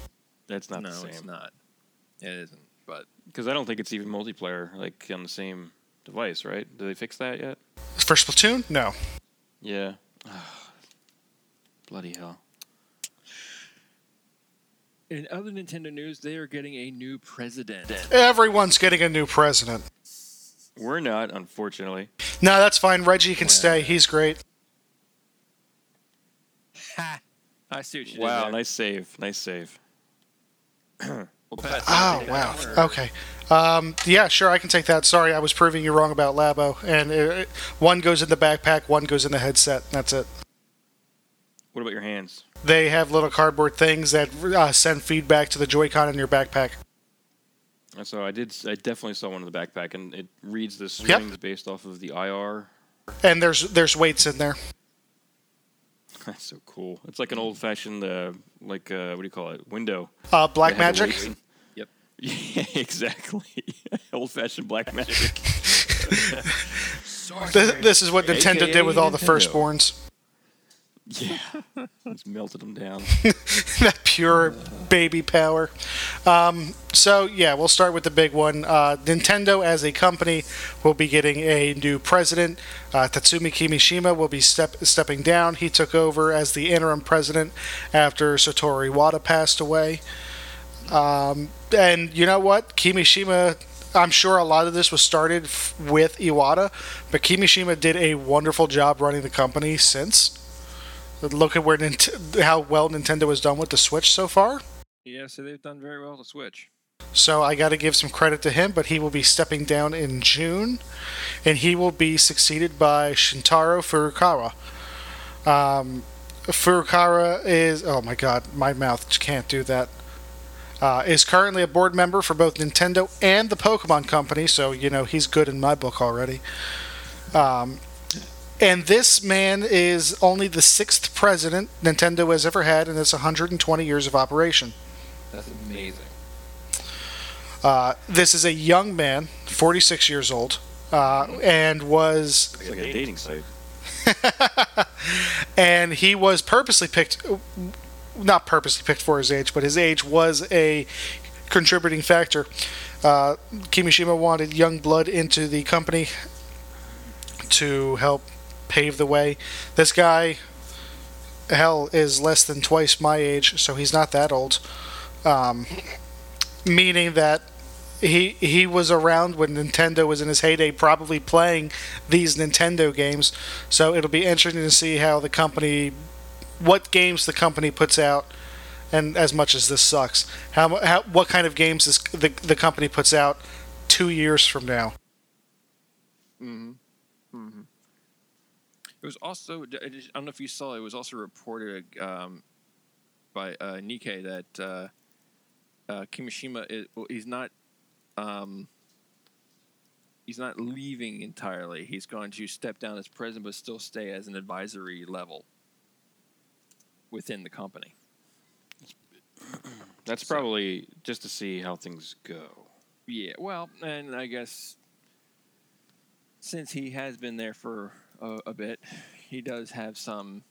S3: That's not
S1: no,
S3: the
S1: it's
S3: same.
S1: not. It isn't. But
S3: Because I don't think it's even multiplayer, like on the same device, right? Did they fix that yet?
S2: For Splatoon? No.
S3: Yeah. [sighs] Bloody hell.
S1: in other Nintendo news, they are getting a new president.
S2: Everyone's getting a new president.
S3: We're not, unfortunately.
S2: No, that's fine. Reggie can stay. He's great.
S1: I see what you did
S3: Wow,
S1: there.
S3: nice save. Nice save.
S1: Well, Pat,
S2: Oh,
S1: take
S2: wow.
S1: that one, or-
S2: Okay. Um, yeah, sure, I can take that. Sorry, I was proving you wrong about Labo. And uh one goes in the backpack, one goes in the headset. and That's it.
S3: What about your hands?
S2: They have little cardboard things that uh, send feedback to the Joy-Con in your backpack.
S3: So I did. I definitely saw one in the backpack, and it reads the
S2: Yep.
S3: swings based off of the IR.
S2: And there's there's weights in there.
S3: [laughs] That's so cool. It's like an old-fashioned, uh, like uh, what do you call it? Window.
S2: Uh, black
S3: They had the
S2: magic.
S3: weights in-
S1: Yep.
S3: [laughs] Yeah, exactly. [laughs] Old-fashioned black magic.
S2: This, [laughs] this is what Nintendo
S3: AKA
S2: did with all the
S3: Nintendo.
S2: firstborns.
S3: yeah. It's melted them down.
S2: [laughs] that pure baby power. Um, so yeah, we'll start with the big one. Uh, Nintendo, as a company, will be getting a new president. Uh, Tatsumi Kimishima will be step- stepping down. He took over as the interim president after Satoru Iwata passed away. Um, and you know what, Kimishima. I'm sure a lot of this was started f- with Iwata, but Kimishima did a wonderful job running the company since. Look at where Nint- how well Nintendo has done with the Switch so far.
S1: Yeah, so they've done very well to Switch.
S2: So I got to give some credit to him, but he will be stepping down in June, and he will be succeeded by Shintaro Furukawa. Um, Furukawa is oh my god, my mouth just can't do that. Uh, is currently a board member for both Nintendo and the Pokemon Company, so you know he's good in my book already. Um, and this man is only the sixth president Nintendo has ever had in its 120 years of operation.
S1: That's amazing.
S2: Uh, this is a young man, 46 years old, uh, and was.
S3: It's like a dating site.
S2: and he was purposely picked, not purposely picked for his age, but his age was a contributing factor. Uh, Kimishima wanted young blood into the company to help pave the way. This guy, hell, is less than twice my age, so he's not that old. Um, meaning that he he was around when Nintendo was in his heyday, probably playing these Nintendo games. So it'll be interesting to see how the company, what games the company puts out, and as much as this sucks, how, how what kind of games this, the the company puts out two years from now.
S1: Mm-hmm. Mm-hmm. It was also I just- I don't know if you saw it was also reported um, by uh, Nikkei that uh, uh, Kimishima is well, he's not um, he's not leaving entirely. He's going to step down as president, but still stay as an advisory level within the company.
S3: That's
S1: So-
S3: probably just to see how things go.
S1: Yeah, well, and I guess since he has been there for a, a bit, he does have some.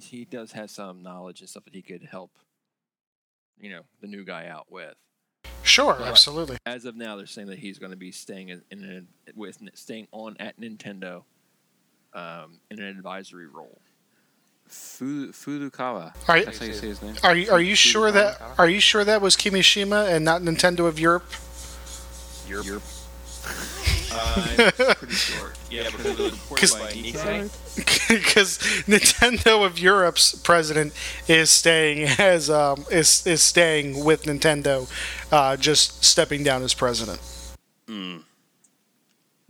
S1: He does have some knowledge and stuff that he could help, you know, the new guy out with.
S2: Sure,
S1: Right.
S2: absolutely.
S1: As of now, they're saying that he's going to be staying in, in a, with staying on at Nintendo, um, in an advisory role.
S3: Fu-
S2: All
S3: Furukawa.
S2: right.
S3: That's how you say his name.
S2: Are you are you
S3: Furukawa?
S2: sure that are you sure that was Kimishima and not Nintendo of Europe?
S3: Europe.
S1: [laughs] pretty short, yeah, because it was reported
S2: by [laughs] Because Nintendo of Europe's president is staying as um, is is staying with Nintendo, uh, just stepping down as president.
S3: Mm.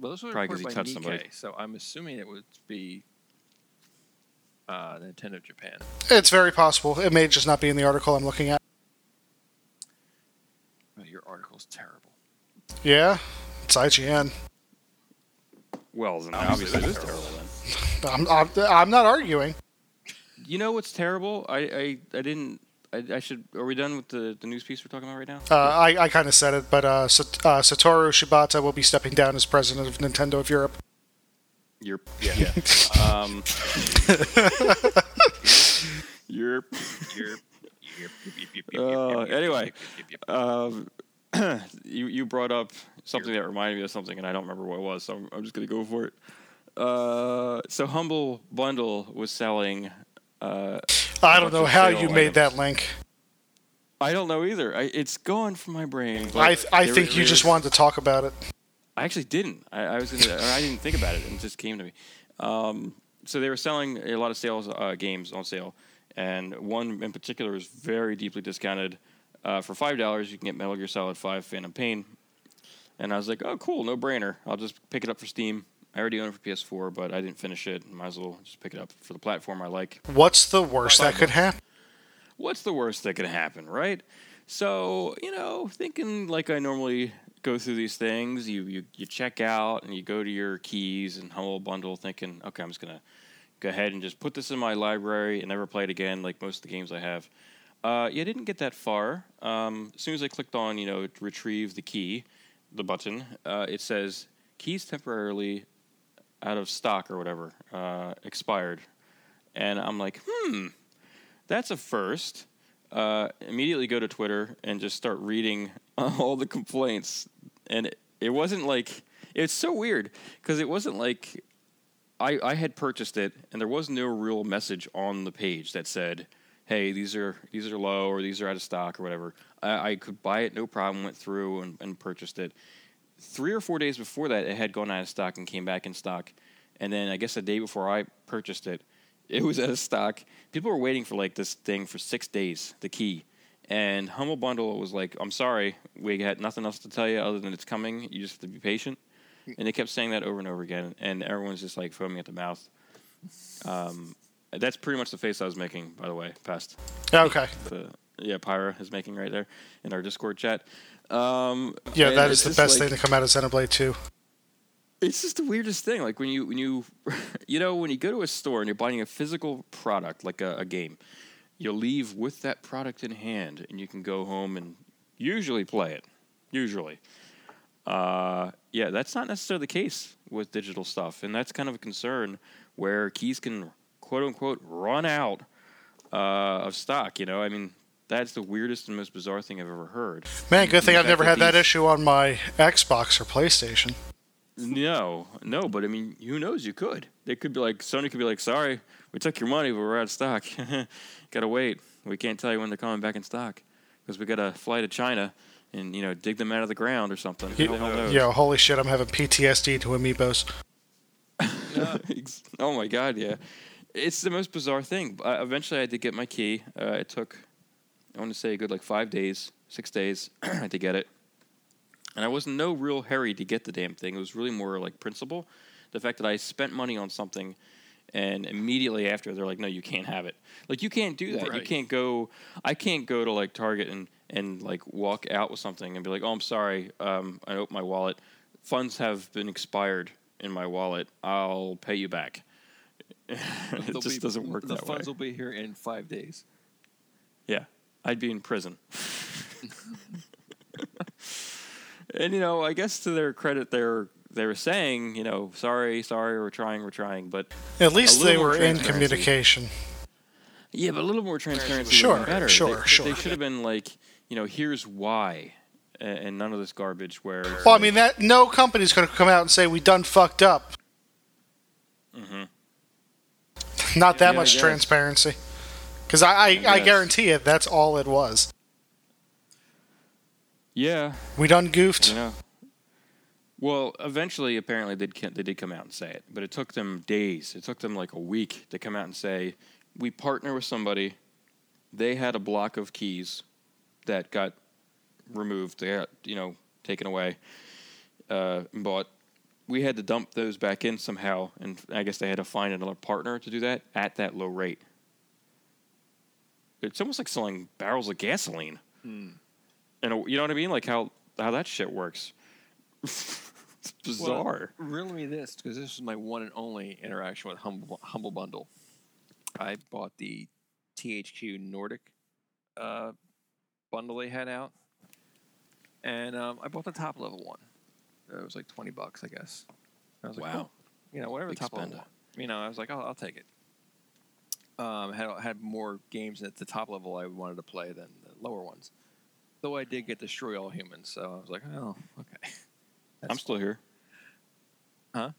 S1: Well, this was
S3: Probably
S1: reported
S3: 'cause
S1: by
S3: he touched
S1: Nikkei,
S3: somebody.
S1: so I'm assuming it would be uh, Nintendo Japan.
S2: It's very possible. It may just not be in the article I'm looking at.
S1: Oh, your article's terrible.
S2: Yeah, it's IGN.
S3: Well, then obviously, it is terrible. Then.
S2: I'm, I'm, I'm not arguing.
S3: You know what's terrible? I I, I didn't. I, I should. Are we done with the, the news piece we're talking about right now?
S2: Uh, I, I kind of said it, but uh, Sat- uh, Satoru Shibata will be stepping down as president of Nintendo of Europe.
S3: Europe. Yeah. [laughs]
S2: [laughs]
S3: um, Europe. Europe. Uh, anyway,
S1: [laughs]
S3: um, [clears throat] you you brought up something that reminded me of something, and I don't remember what it was, so I'm, I'm just gonna go for it. Uh, so Humble Bundle was selling. Uh,
S2: I
S3: A
S2: don't
S3: bunch
S2: know
S3: of
S2: how
S3: sale
S2: you made
S3: items.
S2: that link.
S3: I don't know either. I, it's gone from my brain. but
S2: I, I
S3: there-
S2: think you
S3: there
S2: just
S3: is-
S2: wanted to talk about it.
S3: I actually didn't. I, I was gonna, or I didn't think about it, and it just came to me. Um, so they were selling a lot of sales uh, games on sale, and one in particular was very deeply discounted. Uh, for five dollars, you can get Metal Gear Solid Five: Phantom Pain. And I was like, "Oh, cool, no brainer. I'll just pick it up for Steam. I already own it for PS4, but I didn't finish it. Might as well just pick it up for the platform I like."
S2: What's the worst that could happen?
S3: what's the worst that could happen, right? So, you know, thinking like I normally go through these things, you you, you check out and you go to your keys and Humble Bundle thinking, okay, I'm just going to go ahead and just put this in my library and never play it again like most of the games I have. Uh, yeah, I didn't get that far. Um, as soon as I clicked on, you know, retrieve the key, the button, uh, it says keys temporarily out of stock or whatever, uh, expired. And I'm like, hmm, that's a first. Uh, immediately go to Twitter and just start reading [laughs] all the complaints. And it, it wasn't like, it's so weird because it wasn't like I, I had purchased it and there was no real message on the page that said, hey, these are these are low or these are out of stock or whatever. I, I could buy it no problem. Went through and, and purchased it. Three or four days before that, it had gone out of stock and came back in stock. And then I guess the day before I purchased it, [laughs] it was out of stock. People were waiting for like this thing for six days, the key. And Humble Bundle was like, "I'm sorry, we had nothing else to tell you other than it's coming. You just have to be patient." And they kept saying that over and over again, and everyone's just like foaming at the mouth. Um, that's pretty much the face I was making, by the way, past.
S2: Okay.
S3: The, yeah, Pyra is making right there in our Discord chat. Um,
S2: Yeah,
S3: and
S2: that
S3: it's
S2: is the
S3: just
S2: best
S3: like-
S2: thing to come out of Xenoblade 2.
S3: it's just the weirdest thing. Like when you when you [laughs] you know when you go to a store and you're buying a physical product like a, a game, you leave with that product in hand and you can go home and usually play it. Usually, uh, yeah, that's not necessarily the case with digital stuff, and that's kind of a concern where keys can quote unquote run out uh, of stock. You know, I mean that's the weirdest and most bizarre thing I've ever heard.
S2: Man, good thing
S3: The
S2: I've
S3: fact
S2: never had that
S3: these-
S2: issue on my Xbox or PlayStation.
S3: No, no, but I mean, who knows? You could. They could be like Sony could be like, "Sorry, we took your money, but we're out of stock. [laughs] gotta wait. We can't tell you when they're coming back in stock because we gotta fly to China and you know dig them out of the ground or something. Who the hell
S2: [laughs]
S3: knows? [laughs]
S2: Yo, holy shit, I'm having PTSD to amiibos.
S3: Ex- oh my god, yeah. It's the most bizarre thing. Uh, eventually, I did get my key. Uh, it took, I want to say, a good like five days, six days [clears throat] to get it. And I was in no real hurry to get the damn thing. It was really more like principle. The fact that I spent money on something and immediately after they're like, no, you can't have it. Like, you can't do that. You
S1: Right.
S3: can't go, I can't go to like Target and, and like walk out with something and be like, oh, I'm sorry. Um, I opened my wallet. Funds have been expired in my wallet. I'll pay you back. it [laughs]
S1: They'll
S3: just
S1: be-
S3: doesn't work
S1: The
S3: that way.
S1: funds will be here in five days.
S3: Yeah, I'd be
S1: [laughs]
S3: in prison. and you know, I guess to their credit, they're they were saying, you know, sorry, sorry, we're trying, we're trying, but
S2: At least
S3: little
S2: they
S3: more
S2: were in
S3: transparency.
S2: communication.
S3: yeah, but a little more transparency.
S2: Sure,
S3: would have been better.
S2: sure,
S3: They- they,
S2: sure.
S3: They should have been like, you know, here's why, a- and none of this garbage. Where
S2: Well, I mean, that no company's going to come out and say we done fucked up. Not that
S3: Mm-hmm. Yeah, I
S2: much
S3: guess.
S2: transparency, because I I, I
S3: guess.
S2: guarantee it. That's all it was.
S3: yeah,
S2: We done goofed.
S3: you know. Well, eventually, apparently, they did they did come out and say it, but it took them days. It took them like a week to come out and say we partner with somebody. They had a block of keys that got removed. They got you know taken away, uh, and bought. We had to dump those back in somehow, and I guess they had to find another partner to do that at that low rate. It's almost like selling barrels of gasoline.
S1: Hmm.
S3: And uh, you know what I mean? Like how how that shit works. [laughs] it's bizarre.
S1: Well, riddle me this, because this is my one and only interaction with Humble, Humble Bundle. I bought the THQ Nordic uh, bundle they had out, and um, I bought the top level one. It was like twenty bucks, I guess. I was like, oh,
S3: Wow.
S1: "Cool." you know, whatever the
S3: Big
S1: top level.
S3: spender.
S1: one. You know, I was like, oh, I'll take it. Um, had had more games at the top level I wanted to play than the lower ones. Though I did get Destroy All Humans, so I was like, oh, okay.
S3: I'm still here.
S1: Huh?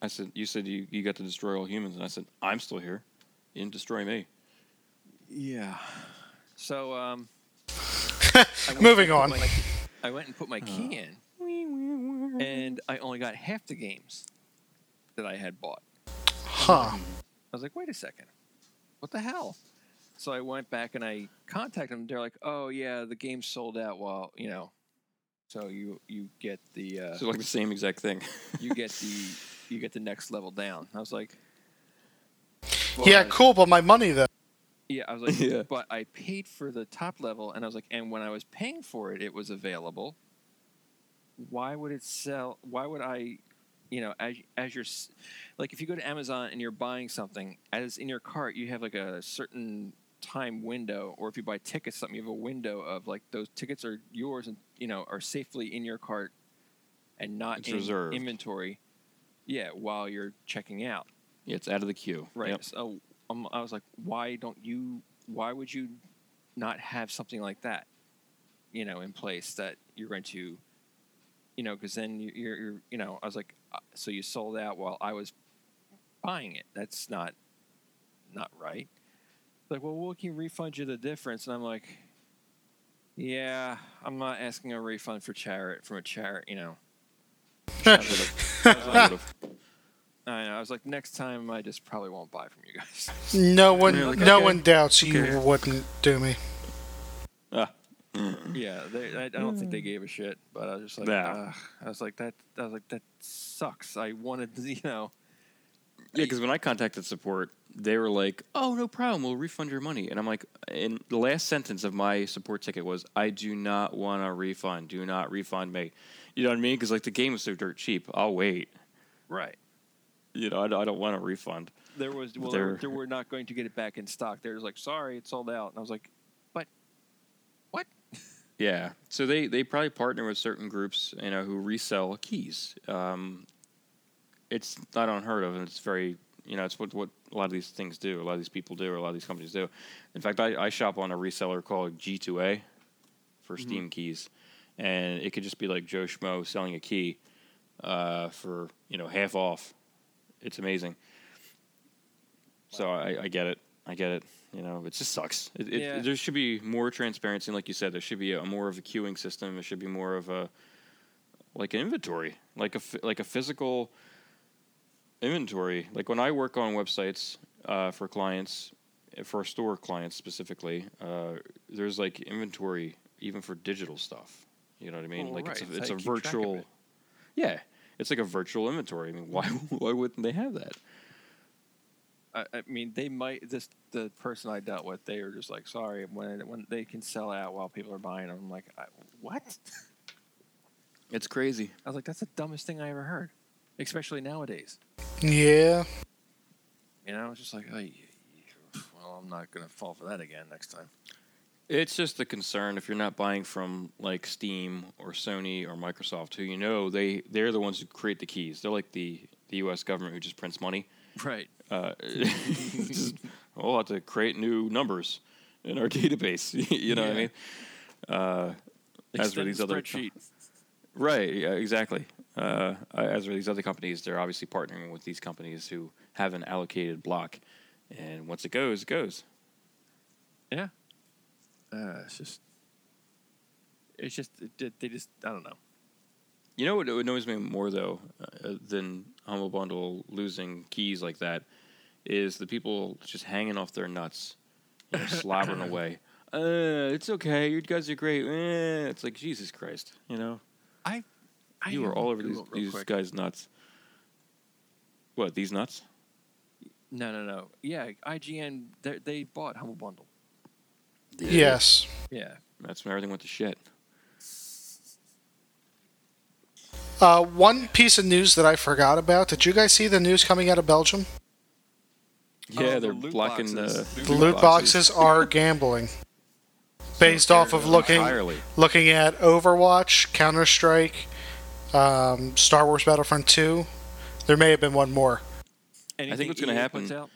S3: I said you said you, you got to destroy all humans, and I said I'm still here. You didn't destroy me.
S1: Yeah. So,
S2: [laughs]
S1: um, I went
S2: Moving
S1: and put
S2: on. Uh.
S1: my- I went and put my key in, and I only got half the games that I had bought.
S2: Huh?
S1: I was like, wait a second, what the hell? So I went back and I contacted them. They're like, oh yeah, the game sold out. Well, you know, so you you get the uh,
S3: So like the same exact thing.
S1: you get the you get the next level down. I was like,
S2: yeah,
S1: "Well,
S2: cool. But my money though.
S1: Yeah,
S3: [laughs]
S1: I was like,
S3: Yeah.
S1: but I paid for the top level, and I was like, and when I was paying for it, it was available. Why would it sell? Why would I, you know, as as you're, s- like, if you go to Amazon and you're buying something, as in your cart, you have like a certain time window, or if you buy tickets, something, you have a window of like those tickets are yours and you know are safely in your cart, and not
S3: It's
S1: in
S3: reserved.
S1: inventory. Yeah, while you're checking out.
S3: yeah, it's out of the queue.
S1: Right.
S3: [laughs] Yep.
S1: So um, I was like, why don't you? Why would you not have something like that? You know, in place that you're going to, you know, because then you- you're, you're, you know, I was like, uh, so you sold out while I was buying it. That's not, not right. like, well, we can refund you the difference, and I'm like, yeah, I'm not asking a refund for charity from a charity, you know. I would've- I was
S3: [laughs]
S1: like- I know. I was like, next time I just probably won't buy from you guys.
S2: No one,
S3: Yeah, like,
S2: no
S3: okay.
S2: one doubts you
S3: Okay.
S2: wouldn't do me.
S3: Uh,
S1: yeah, they, I, I don't think they gave a shit, but I was just like,
S3: Yeah.
S1: "Ugh." I was like that. I was like that sucks. I wanted, to, [laughs] you know,
S3: Yeah, because when I contacted support, they were like, "Oh, no problem. We'll refund your money." And I'm like, and the last sentence of my support ticket was, "I do not want a refund. Do not refund me." You know what I mean? Because like the game was so dirt cheap. I'll wait.
S1: right.
S3: You know, I, don't- I don't want a refund.
S1: There was well, there,
S3: They're-
S1: there were not going to get it back in stock. They was like, sorry, it's sold out, and I was like, but what?
S3: Yeah. So they they probably partner with certain groups, you know, who resell keys. Um, it's not unheard of, and it's very you know, it's what what a lot of these things do. A lot of these people do. A lot of these companies do. In fact, I, I shop on a reseller called G2A for Steam keys, and it could just be like Joe Schmo selling a key uh, for you know half off. It's amazing. So I, I get it. I get it. You know, it just sucks. It, it,
S1: Yeah.
S3: There should be more transparency, and like you said, there should be a more of a queuing system. There should be more of a like an inventory, like a phy- like a physical inventory. Like when I work on websites uh, for clients, for store clients specifically, uh, there's like inventory even for digital stuff. You know what I mean?
S1: Well,
S3: like
S1: Oh, right,
S3: it's a,
S1: it's
S3: it's
S1: how
S3: a
S1: you keep track of
S3: virtual.
S1: it.
S3: Yeah, it's like a virtual inventory. I mean, why [laughs] why wouldn't they have that?
S1: I, I mean, they might. This the person I dealt with, they were just like, sorry, when when they can sell out while people are buying them. I'm like, I, what? [laughs]
S3: It's crazy.
S1: I was like, that's the dumbest thing I ever heard, especially nowadays.
S2: Yeah,
S1: You know, it's just like, oh, well, I'm not gonna fall for that again next time.
S3: It's just the concern if you're not buying from like Steam or Sony or Microsoft, who you know they they're the ones who create the keys. They're like the the U.S. government who just prints money.
S1: Right.
S3: Uh, [laughs] just, we'll have to create new numbers in our [laughs] database. you know what I
S1: Yeah.
S3: mean? Uh, as for
S1: Extend
S3: these
S1: the
S3: other
S1: spreadsheet.
S3: Right, yeah, exactly. Uh, as are these other companies, they're obviously partnering with these companies who have an allocated block, and once it goes, it goes.
S1: Yeah. Uh, it's just, it's just it, they just I don't know.
S3: You know what annoys me more though uh, than Humble Bundle losing keys like that is the people just hanging off their nuts, you know,
S1: [laughs]
S3: slobbering away. Uh, it's okay. You guys are great. Eh, It's like Jesus Christ. You know,
S1: I, I
S3: you
S1: am
S3: are all over
S1: gonna
S3: these,
S1: Google it real
S3: these
S1: quick.
S3: guys' nuts. What these nuts?
S1: No, no, no. Yeah, IGN they they bought Humble Bundle.
S2: yes.
S1: Yeah.
S3: That's when everything went to shit.
S2: Uh, one piece of news that I forgot about. Did you guys see the news coming out of Belgium?
S3: Yeah,
S1: Oh, the
S3: they're
S1: loot
S3: blocking
S1: boxes.
S3: the
S2: The loot boxes are gambling, based off of looking
S3: entirely.
S2: looking at Overwatch, Counter Strike, um, Star Wars Battlefront Two. There may have been one more.
S1: Anything
S3: what's gonna
S1: EA
S3: happen-
S1: puts out?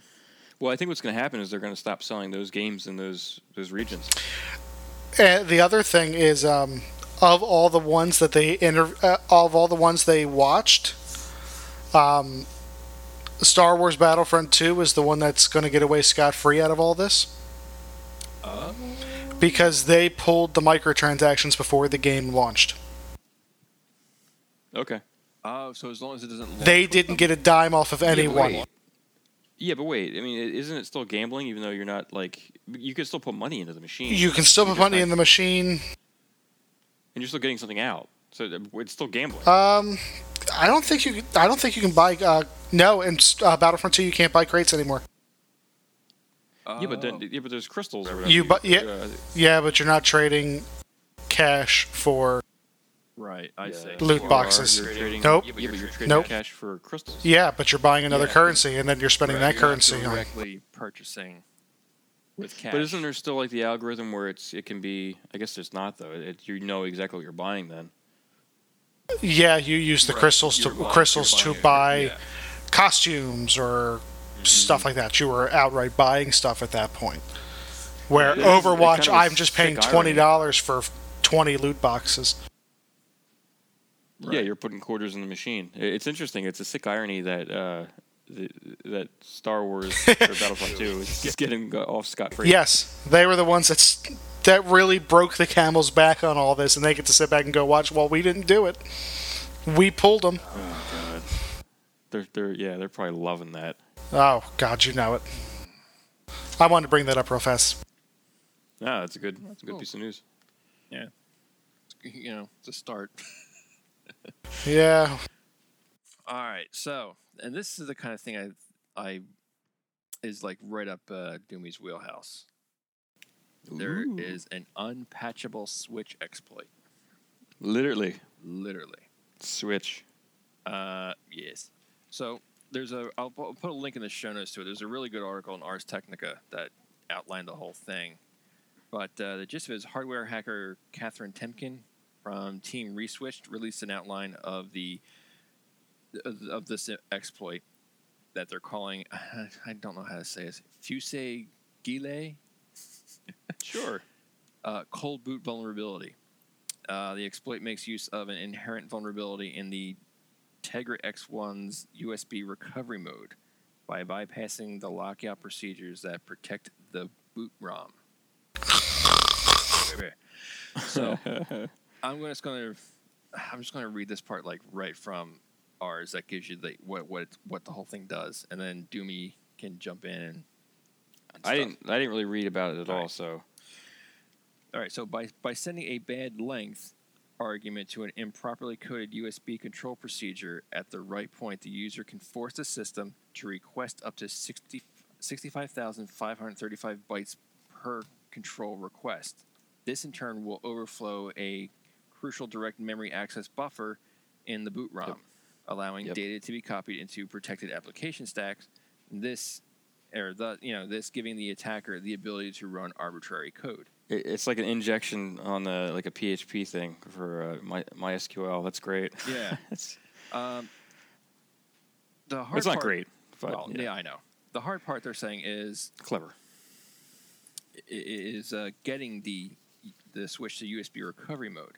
S3: Well, I think what's going to happen is they're going to stop selling those games in those those regions.
S2: And the other thing is, um, of all the ones that they inter- uh, of all the ones they watched, um, Star Wars Battlefront Two is the one that's going to get away scot free out of all this. Because they pulled the microtransactions before the game launched.
S3: Okay.
S1: Oh, so as long as it doesn't. launch
S2: They
S1: with
S2: didn't
S1: them.
S2: get a dime off of anyone.
S3: Yeah, but wait. I mean, i- isn't it still gambling? Even though you're not like, you can still put money into the machine.
S2: You can still put
S3: You're
S2: money in the machine.
S3: and you're still getting something out. So th- it's still gambling.
S2: Um, I don't think you. I don't think you can buy. Uh, no, in uh, Battlefront Two, you can't buy crates anymore.
S3: yeah, but then,
S1: Oh.
S3: yeah, but there's crystals or whatever.
S2: You bu- yeah.
S3: uh,
S2: Yeah, but you're not trading cash for.
S1: right, I see.
S2: Loot
S3: you
S2: boxes.
S3: Are, you're trading,
S2: Nope.
S3: Yeah, but you're, trading
S2: Nope.
S3: cash for crystals.
S2: Yeah, but you're buying another
S1: Yeah.
S2: currency, and then you're spending
S1: Right,
S2: that
S1: you're not
S2: currency on.
S1: directly purchasing with cash.
S3: But isn't there still like the algorithm where it's it can be? I guess there's not though. It, you know exactly what you're buying then.
S2: Yeah, you use the
S1: Right,
S2: crystals to
S1: you're buying-
S2: crystals
S1: you're
S2: to
S1: buying-
S2: buy
S1: yeah.
S2: costumes or stuff like that. You were outright buying stuff at that point. Where
S3: Yeah, it's- it
S2: Overwatch,
S3: kind of
S2: I'm just
S3: sick
S2: paying
S3: irony.
S2: twenty dollars for twenty loot boxes.
S3: Yeah, you're putting quarters in the machine. I- It's interesting. It's a sick irony that uh, the, that
S1: [laughs]
S3: Star Wars or Battlefront 2 is just getting off scot free.
S2: Yes, they were the ones that s- that really broke the camel's back on all this, and they get to sit back and go watch. Well, we didn't do it. We pulled them.
S3: They're, they're yeah, they're probably loving that.
S2: Oh God, you know it. I wanted to bring that up real fast.
S3: No, that's a good that's a good
S1: cool.
S3: piece of news.
S1: You know, to start.
S2: Yeah,
S1: All right, so and this is the kind of thing I I is like right up uh, Doomy's wheelhouse. There
S3: Ooh.
S1: is an unpatchable Switch exploit,
S3: Literally,
S1: literally.
S3: Switch.
S1: Uh, yes. So there's a I'll, pu- put a link in the show notes to it. There's a really good article in Ars Technica that outlined the whole thing. But uh, the gist of it is hardware hacker Catherine Temkin from Team Reswitched released an outline of the of this exploit that they're calling [sighs] I don't know how to say this Fuse Gile
S3: Sure.
S1: uh, cold boot vulnerability. Uh, the exploit makes use of an inherent vulnerability in the Tegra X1's USB recovery mode by bypassing the lockout procedures that protect the boot ROM.
S3: [laughs]
S1: So I'm gonna- just going to I'm just going to read this part like right from ours that gives you the what what what the whole thing does, and then Doomy can jump in and. and stuff.
S3: I didn't I didn't really read about it at all,
S1: Right.
S3: so
S1: All right, so by, by sending a bad length argument to an improperly coded USB control procedure at the right point, the user can force the system to request up to 60, 65,535 bytes per control request. This in turn will overflow a crucial direct memory access buffer in the boot ROM, allowing
S3: Yep.
S1: data to be copied into protected application stacks. This or the you know this giving the attacker the ability to run arbitrary code.
S3: it, it's like an injection on the like a PHP thing for uh, my MySQL.
S1: [laughs]
S3: That's great.
S1: Yeah.
S3: it's,
S1: Um, the hard
S3: it's not
S1: part-
S3: great, but
S1: well, yeah.
S3: yeah,
S1: I know. The hard part they're saying is
S3: clever.
S1: i- is uh, getting the the switch to USB recovery mode.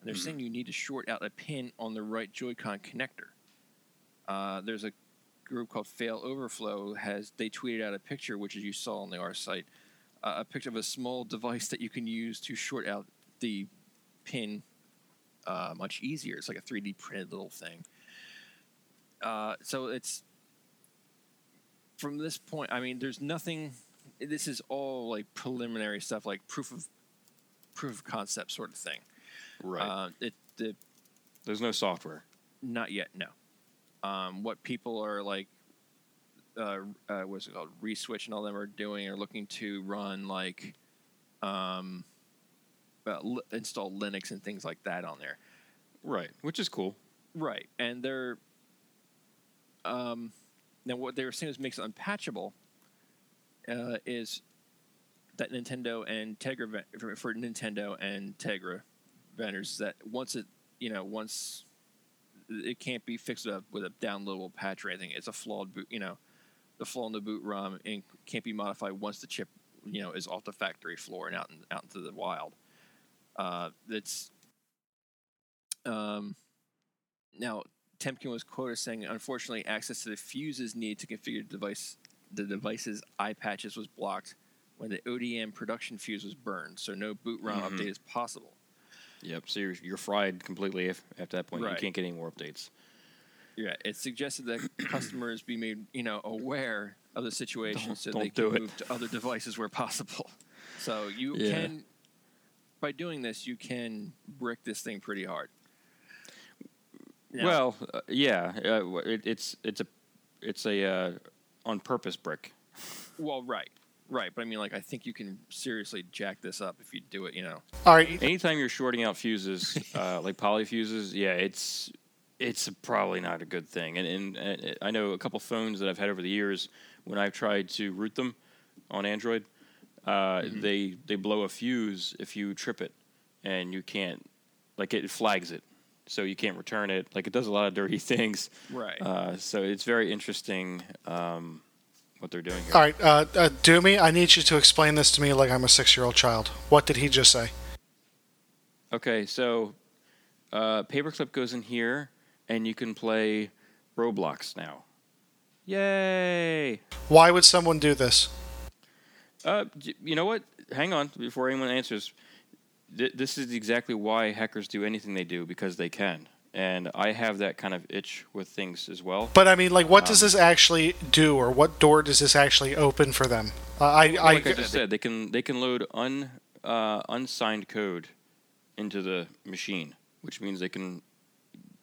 S1: And they're saying you need to short out a pin on the right Joy-Con connector. Uh, there's a group called Fail Overflow has they tweeted out a picture, which as you saw on the R site, uh, a picture of a small device that you can use to short out the pin uh, much easier. It's like a 3D printed little thing. Uh, so it's from this point. I mean, there's nothing this is all like preliminary stuff, like proof of proof of concept sort of thing. Uh, it, the,
S3: There's no software.
S1: not yet, no. Um, what people are like, uh, uh, what's it called? Reswitch and all them are doing are looking to run like, um, uh, li- install Linux and things like that on there.
S3: Right. Which is cool.
S1: Right, and they're um, now what they were saying is makes it unpatchable uh, is that Nintendo and Tegra ven- for, for Nintendo and Tegra vendors that once it you know once it can't be fixed up with a downloadable patch or anything. It's a flawed boot, you know, the flaw in the boot ROM and can't be modified once the chip you know is off the factory floor and out in, out into the wild. Uh, that's um, now, Temkin was quoted saying, "Unfortunately, access to the fuses needed to configure the device, the device's eye patches was blocked when the ODM production fuse was burned, so no boot ROM
S3: Mhm.
S1: update is possible."
S3: Yep. So you're, you're fried completely if, at that point.
S1: Right.
S3: You can't get any more updates.
S1: Yeah, it suggested
S3: [clears throat]
S1: that customers be made, you know, aware of the situation
S3: Don't-
S1: so
S3: don't
S1: they
S3: do
S1: can
S3: it.
S1: move to other devices where possible. So you
S3: Yeah.
S1: can, by doing this, you can brick this thing pretty hard. Now-
S3: Well, uh, yeah. Uh, w- it, it's it's a it's a uh, on purpose brick.
S1: well, right, right, but I mean, like, I think you can seriously jack this up if you do it, you know.
S2: all right.
S3: Anytime you're shorting out [laughs] fuses, uh, like poly fuses, yeah, it's it's probably not a good thing. And, and, and I know a couple phones that I've had over the years when I've tried to root them on Android, uh, they they blow a fuse if you trip it, and you can't like it flags it, so you can't return it. Like it does a lot of dirty [laughs] things.
S1: Right.
S3: Uh, so it's very interesting um, what they're doing here.
S2: All right, uh, uh, Doomy, I need you to explain this to me like I'm a six year old child. What did he just say?
S3: Okay, so uh, Paperclip goes in here, and you can play Roblox now. Yay!
S2: Why would someone do this?
S3: Uh, j- you know what? Hang on before anyone answers. Th- this is exactly why hackers do anything they do because they can. And I have that kind of itch with things as well.
S2: But I mean, like, what does this actually do, or what door does this actually open for them? Uh, I, I,
S3: like I, just said, they can they can load un uh, unsigned code into the machine, which means they can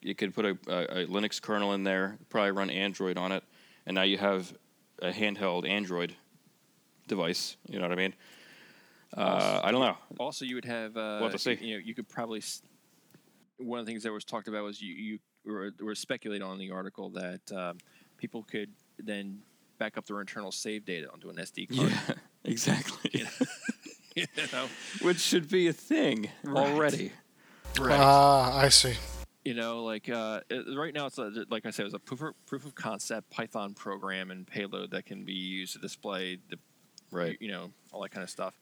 S3: you could put a, a, a Linux kernel in there, probably run Android on it, and now you have a handheld Android device. You know what I mean? Uh, I don't know.
S1: Also, you would have. Uh,
S3: We'll have to see.
S1: You know, you could probably. s- One of the things that was talked about was you you were, were speculating on the article that um, people could then back up their internal save data onto an SD card.
S3: Yeah, [laughs] exactly.
S1: [laughs] you know,
S3: [laughs] which should be a thing
S1: Right.
S3: already.
S2: Ah, I see.
S1: Uh, you know, like uh, it- right now it's a, like I said, it's a proof of, proof of concept Python program and payload that can be used to display the you know all that kind of stuff.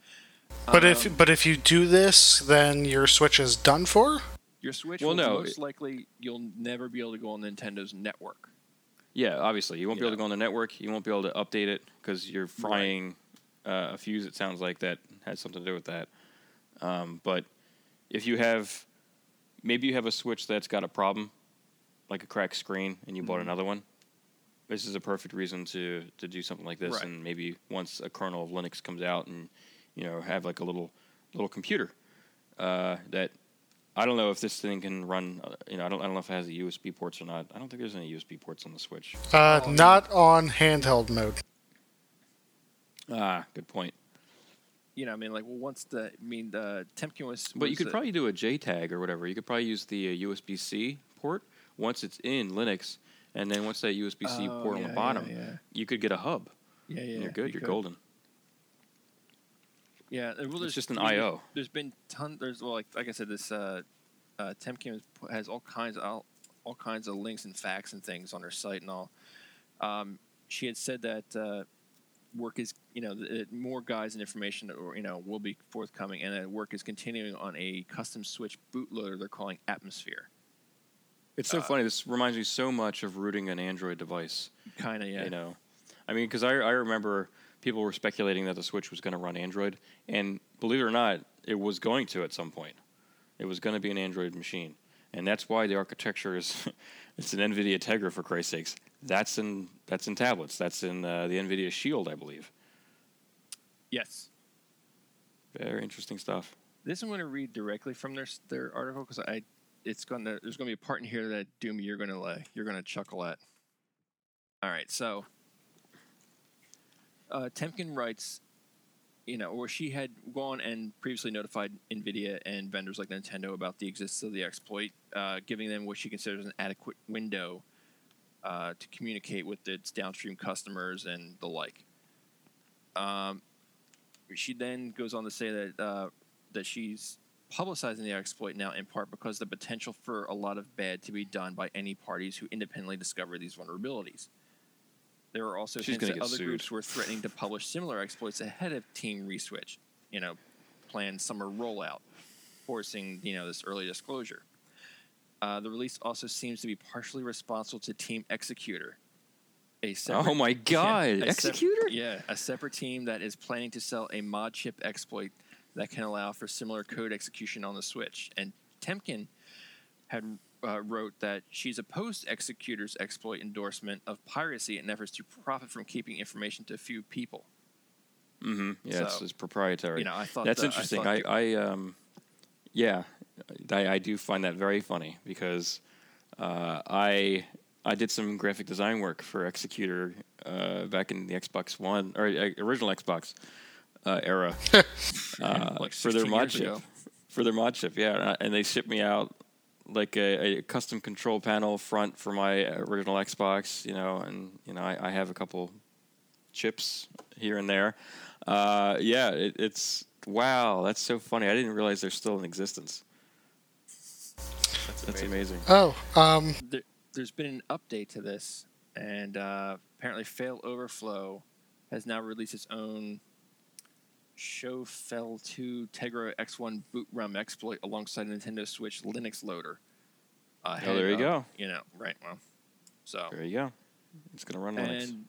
S2: But if but if you do this, then your Switch is done for.
S1: Your Switch
S3: Well,
S1: will
S3: no,
S1: most
S3: it-
S1: likely you'll never be able to go on Nintendo's network.
S3: Yeah, obviously. You won't be able
S1: Yeah.
S3: to go on the network. You won't be able to update it because you're frying uh, a fuse, it sounds like, that has something to do with that. Um, but if you have, maybe you have a Switch that's got a problem, like a cracked screen, and you
S1: Mm-hmm.
S3: bought another one. This is a perfect reason to, to do something like this,
S1: Right.
S3: and maybe once a kernel of Linux comes out, and you know have like a little little computer uh, that I don't know if this thing can run. uh, You know, I don't I don't know if it has the USB ports or not. I don't think there's any USB ports on the Switch.
S2: Uh,
S1: Oh,
S2: not on handheld mode.
S3: Ah, good point.
S1: you know, I mean, like, well, once the, I mean, the Temkin was,
S3: But you
S1: was
S3: could
S1: a-
S3: probably do a JTAG or whatever. You could probably use the uh, USB C port once it's in Linux, and then once that USB C
S1: Oh,
S3: port on
S1: yeah,
S3: the bottom,
S1: yeah, yeah.
S3: you could get a hub.
S1: yeah, yeah,
S3: and you're good.
S1: you
S3: You are
S1: could.
S3: golden.
S1: Yeah, uh, well, there's-
S3: just an
S1: I mean,
S3: IO.
S1: There's been ton. There's well, like, like I said, this uh, uh, Temkin has pu- has all kinds of all, all kinds of links and facts and things on her site and all. Um, she had said that uh, work is, you know, th- it- more guides and information, or you know, will be forthcoming, and that work is continuing on a custom switch bootloader they're calling Atmosphere.
S3: It's so
S1: Uh,
S3: funny. This reminds me so much of rooting an Android device.
S1: Kind of, yeah.
S3: You know, I mean, because I I remember people were speculating that the Switch was going to run Android, and believe it or not, it was going to at some point. It was going to be an Android machine, and that's why the architecture is [laughs] it's an NVIDIA Tegra for Christ's sakes. That's in that's in tablets. That's in uh, the NVIDIA Shield, I believe.
S1: Yes.
S3: Very interesting stuff.
S1: This I'm going to read directly from their their article because I it's going to there's going to be a part in here that Doom you're going to lay you're going to chuckle at. All right, so uh, Temkin writes, you know, or she had gone and previously notified Nvidia and vendors like Nintendo about the existence of the exploit, uh, giving them what she considers an adequate window uh, to communicate with its downstream customers and the like. Um, she then goes on to say that uh, that she's publicizing the exploit now in part because the potential for a lot of bad to be done by any parties who independently discover these vulnerabilities. There are also
S3: She's
S1: hints
S3: gonna
S1: that
S3: get
S1: other
S3: sued.
S1: groups were threatening to publish similar exploits ahead of Team Reswitch, you know, planned summer rollout, forcing you know this early disclosure. Uh, the release also seems to be partially responsible to Team Executor. A separate
S3: oh
S1: [laughs]
S3: my God,
S1: a sep-
S3: Executor!
S1: yeah, a separate team that is planning to sell a mod chip exploit that can allow for similar code execution on the Switch. And Temkin had uh, wrote that she's opposed to Executor's exploit endorsement of piracy and efforts to profit from keeping information to few people.
S3: hmm Yeah, it's,
S1: So,
S3: it's proprietary.
S1: You know, I thought
S3: That's
S1: that-
S3: interesting.
S1: I,
S3: I,
S1: thought-
S3: I, um, yeah, I, I do find that very funny because uh, I I did some graphic design work for Executor uh, back in the Xbox One or uh, original Xbox uh, era uh,
S1: like
S3: for their
S1: 16
S3: mod
S1: years
S3: chip.
S1: ago.
S3: For their mod chip, yeah, and they shipped me out like a, a custom control panel front for my original Xbox, you know, and you know I, I have a couple chips here and there. Uh, yeah, it, it's wow, that's so funny. I didn't realize they're still in existence.
S1: that's
S3: That's
S1: amazing.
S3: amazing.
S2: Oh, um,
S1: there, there's been an update to this, and uh, apparently Fail Overflow has now released its own Show Fell 2 Tegra X1 boot ROM exploit alongside Nintendo Switch Linux loader. Uh,
S3: Oh, there you go.
S1: You know, right? Well, so
S3: There you go. It's gonna run Linux.
S1: and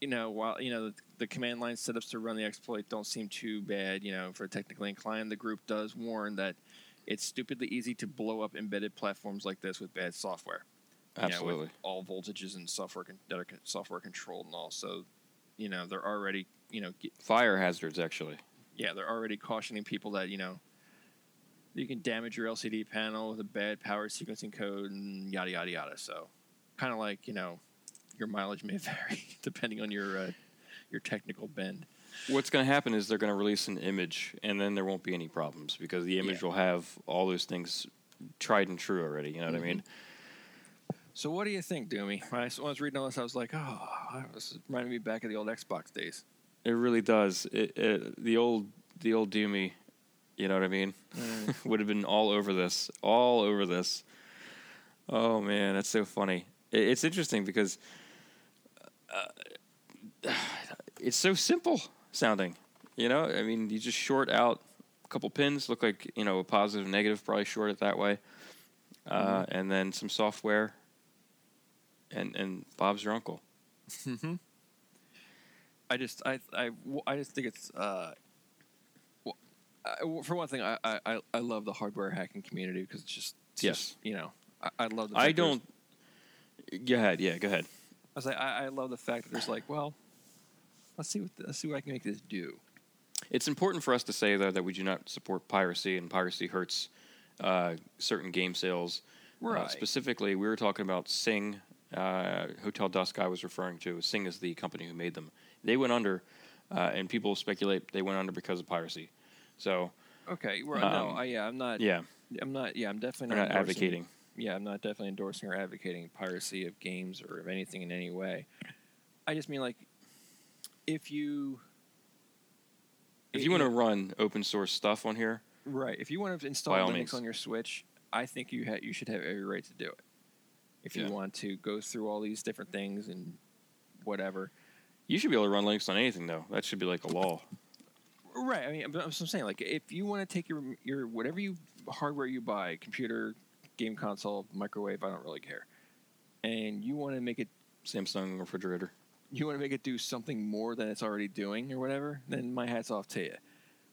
S1: you know while you know the, the command line setups to run the exploit don't seem too bad you know for technically inclined the group does warn that it's stupidly easy to blow up embedded platforms like this with bad software you know, with
S3: Absolutely.
S1: all voltages and software con- that are con- software controlled and all so you know they're already you know ge-
S3: Fire hazards, actually.
S1: yeah they're already cautioning people that you know you can damage your lcd panel with a bad power sequencing code and yada yada yada so kind of like you know your mileage may [laughs] vary depending on your uh, your technical bend
S3: What's going to happen is they're going to release an image, and then there won't be any problems because the image will have all those things tried and true already. You know what I mean?
S1: so what do you think doomy when i s- when I was reading all this i was like oh this is reminding me back of the old xbox days
S3: It really does. It, it the old the old Doomy, you know what I mean? [laughs] Would have been all over this, all over this. Oh man, that's so funny. It, it's interesting because uh, it's so simple sounding. You know, I mean, you just short out a couple pins, look like you know a positive and negative, probably short it that way, uh, and then some software, and and Bob's your uncle.
S1: I just I I, I just think it's uh, well, I, well, for one thing I, I- I I love the hardware hacking community because it's just it's
S3: Yes.
S1: just, you know I, I love the
S3: I
S1: fact there's-
S3: don't. Go ahead. Yeah, go ahead.
S1: I was like I, I love the fact that there's like well let's see what let's see what I can make this do
S3: It's important for us to say though that we do not support piracy, and piracy hurts uh, certain game sales. Uh,
S1: Right.
S3: specifically, we were talking about Sing. Uh, Hotel Dusk, I was referring to. Sing is the company who made them. They went under, uh, and people speculate they went under because of piracy. So
S1: okay well, no
S3: Um,
S1: I, yeah I'm not
S3: yeah,
S1: I'm not yeah I'm definitely
S3: we're
S1: not,
S3: not
S1: endorsing-
S3: advocating.
S1: yeah I'm not definitely endorsing or advocating piracy of games or of anything in any way I just mean like if you
S3: If you
S1: it-
S3: want to run open source stuff on here,
S1: Right. If you want to install
S3: By all
S1: Linux
S3: means.
S1: on your Switch, I think you ha- you should have every right to do it. If
S3: Yeah.
S1: you want to go through all these different things and whatever.
S3: you should be able to run Linux on anything though. That should be like a law.
S1: Right. I mean, but I'm so I'm saying like if you want to take your your whatever you hardware you buy, computer, game console, microwave, I don't really care. And you want to make it
S3: Samsung refrigerator.
S1: you want to make it do something more than it's already doing or whatever, then my hat's off to you.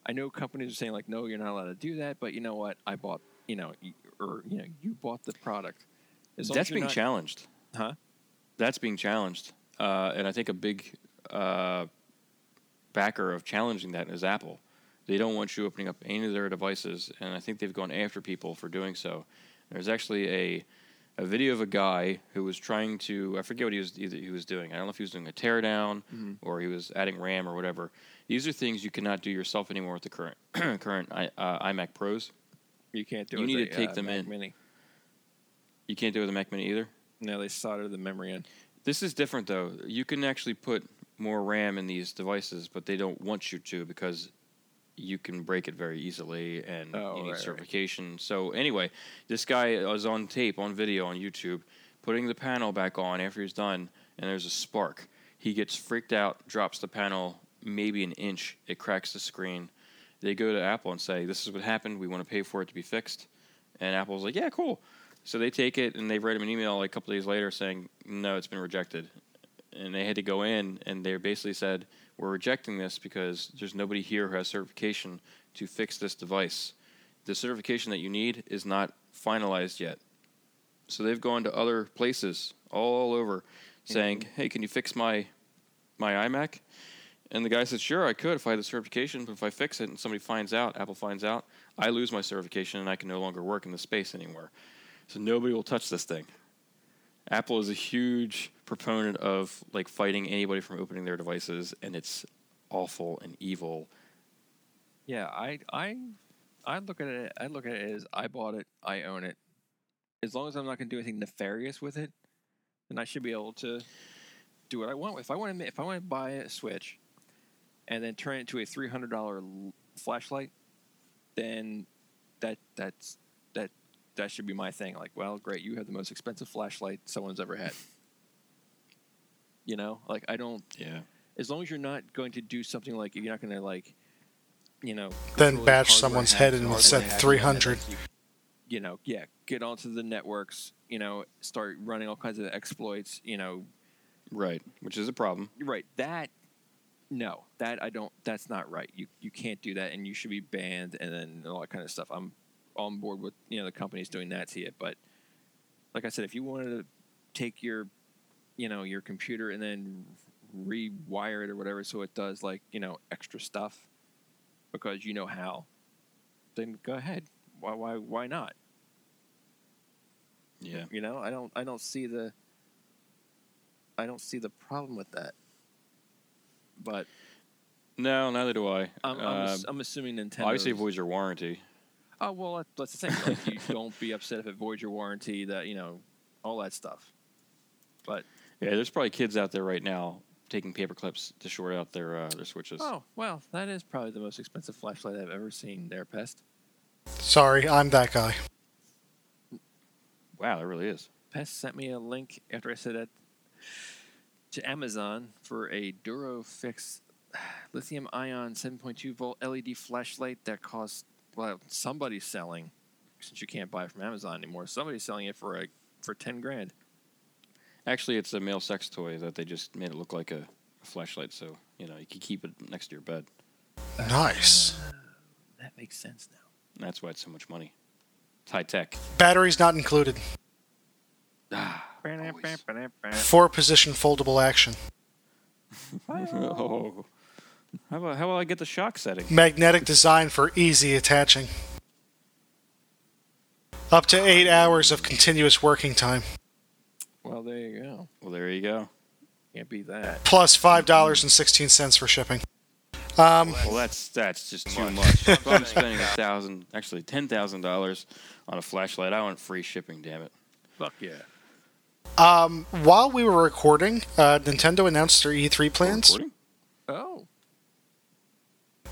S1: I know companies are saying like, no, you're not allowed to do that, but you know what? I bought, you know, y- or you know, you bought the product. As long as
S3: That's
S1: you're
S3: being
S1: not-
S3: challenged.
S1: huh?
S3: that's being challenged, uh, and I think a big uh, backer of challenging that is Apple. They don't want you opening up any of their devices, and I think they've gone after people for doing so. There's actually a a video of a guy who was trying to I forget what he was either he was doing. I don't know if he was doing a teardown
S1: Mm-hmm.
S3: or he was adding RAM or whatever. These are things you cannot do yourself anymore with the current [clears throat] current I, uh, iMac Pros.
S1: You can't do.
S3: You
S1: it
S3: need
S1: with
S3: to
S1: a,
S3: take
S1: uh,
S3: them
S1: Mac
S3: in.
S1: Mini.
S3: You can't do it with a Mac Mini either.
S1: No, they solder the memory in.
S3: This is different though. You can actually put more RAM in these devices, but they don't want you to because you can break it very easily and
S1: Oh,
S3: you need
S1: right, right.
S3: certification. So anyway, this guy is on tape, on video, on YouTube, putting the panel back on after he's done, and there's a spark. He gets freaked out, drops the panel maybe an inch, it cracks the screen. They go to Apple and say, "This is what happened. We want to pay for it to be fixed." And Apple's like, "Yeah, cool." So they take it and they write him an email like a couple days later saying, "No, it's been rejected." And they had to go in and they basically said, "We're rejecting this because there's nobody here who has certification to fix this device. The certification that you need is not finalized yet." So they've gone to other places all over saying, "Hey, can you fix my my iMac?" And the guy said, "Sure, I could if I had the certification, but if I fix it and somebody finds out, Apple finds out, I lose my certification and I can no longer work in the space anymore." So nobody will touch this thing. Apple is a huge proponent of like fighting anybody from opening their devices, and it's awful and evil.
S1: Yeah, I, I, I look at it. I look at it as I bought it. I own it. As long as I'm not going to do anything nefarious with it, then I should be able to do what I want. with- If I want to, if I want to buy a Switch, and then turn it into a three hundred dollar flashlight, then that that's that that should be my thing. Like, well, great, you have the most expensive flashlight someone's ever had. you know, like I don't.
S3: Yeah.
S1: as long as you're not going to do something like you're not going to like you know
S2: Then
S1: control the
S2: bash
S1: hardware
S2: someone's
S1: hack,
S2: head in
S1: hardware
S2: with set
S1: hack,
S2: 300.
S1: you know yeah get onto the networks you know start running all kinds of exploits you know
S3: Right, which is a problem.
S1: You're right. That no, that I don't. That's not right. You you can't do that, and you should be banned, and then all that kind of stuff. I'm on board with you know the companies doing that to you, but like I said, if you wanted to take your you know your computer and then rewire it or whatever so it does like you know extra stuff because you know how, then go ahead. Why why why not?
S3: Yeah.
S1: You know, I don't I don't see the I don't see the problem with that. But
S3: No, neither do I.
S1: Um, I'm,
S3: Uh,
S1: I'm, ass- I'm assuming Nintendo.
S3: Um, obviously, it voids your warranty.
S1: Oh well, that- that's the thing. Like, you don't be upset if it voids your warranty. That you know, all that stuff. But
S3: Yeah, there's probably kids out there right now taking paper clips to short out their uh, their switches.
S1: oh well, that is probably the most expensive flashlight I've ever seen. There, pest.
S2: Sorry, I'm that guy.
S3: Wow, it really is.
S1: Pest sent me a link after I said that to Amazon for a Durofix lithium ion 7.2 volt LED flashlight that costs well somebody's selling since you can't buy it from Amazon anymore. Somebody's selling it for a for 10 grand.
S3: Actually, it's a male sex toy that they just made it look like a, a flashlight, so you know you can keep it next to your bed.
S2: Nice.
S1: That makes sense now.
S3: And that's why it's so much money. It's high tech.
S2: Batteries not included.
S3: Ah, always.
S2: Four position foldable action.
S3: oh. How about how will I get the shock setting?
S2: Magnetic design for easy attaching. Up to eight hours of continuous working time.
S1: Well, there you go.
S3: Well, there you go.
S1: Can't be that.
S2: Plus five dollars and sixteen cents for shipping. Um,
S3: Well, that's that's just too much. if [laughs] I'm spending a thousand, actually ten thousand dollars on a flashlight, I want free shipping. Damn it!
S1: Fuck yeah.
S2: um, while we were recording, uh, Nintendo announced their E3 plans.
S3: Recording?
S1: Oh.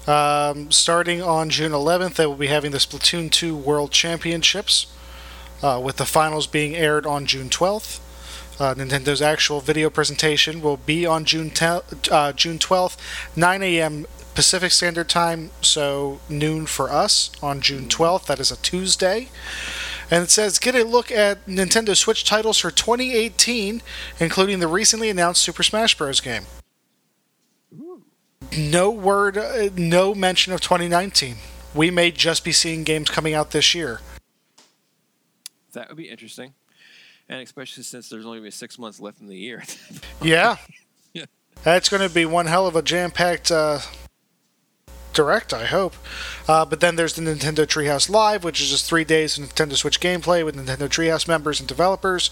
S2: Um, starting on June 11th, they will be having the Splatoon 2 World Championships, uh, with the finals being aired on June 12th. Uh, Nintendo's actual video presentation will be on June tel- uh, June 12th, 9 a.m. Pacific Standard Time, so noon for us on June 12th. That is a Tuesday. And it says, get a look at Nintendo Switch titles for 2018, including the recently announced Super Smash Bros. game. No word, uh, no mention of 2019. We may just be seeing games coming out this year.
S1: That would be interesting. And especially since there's only going to be six months left in the year. [laughs]
S2: Yeah.
S1: Yeah.
S2: That's going to be one hell of a jam packed uh, direct, I hope. Uh, but then there's the Nintendo Treehouse Live, which is just three days of Nintendo Switch gameplay with Nintendo Treehouse members and developers.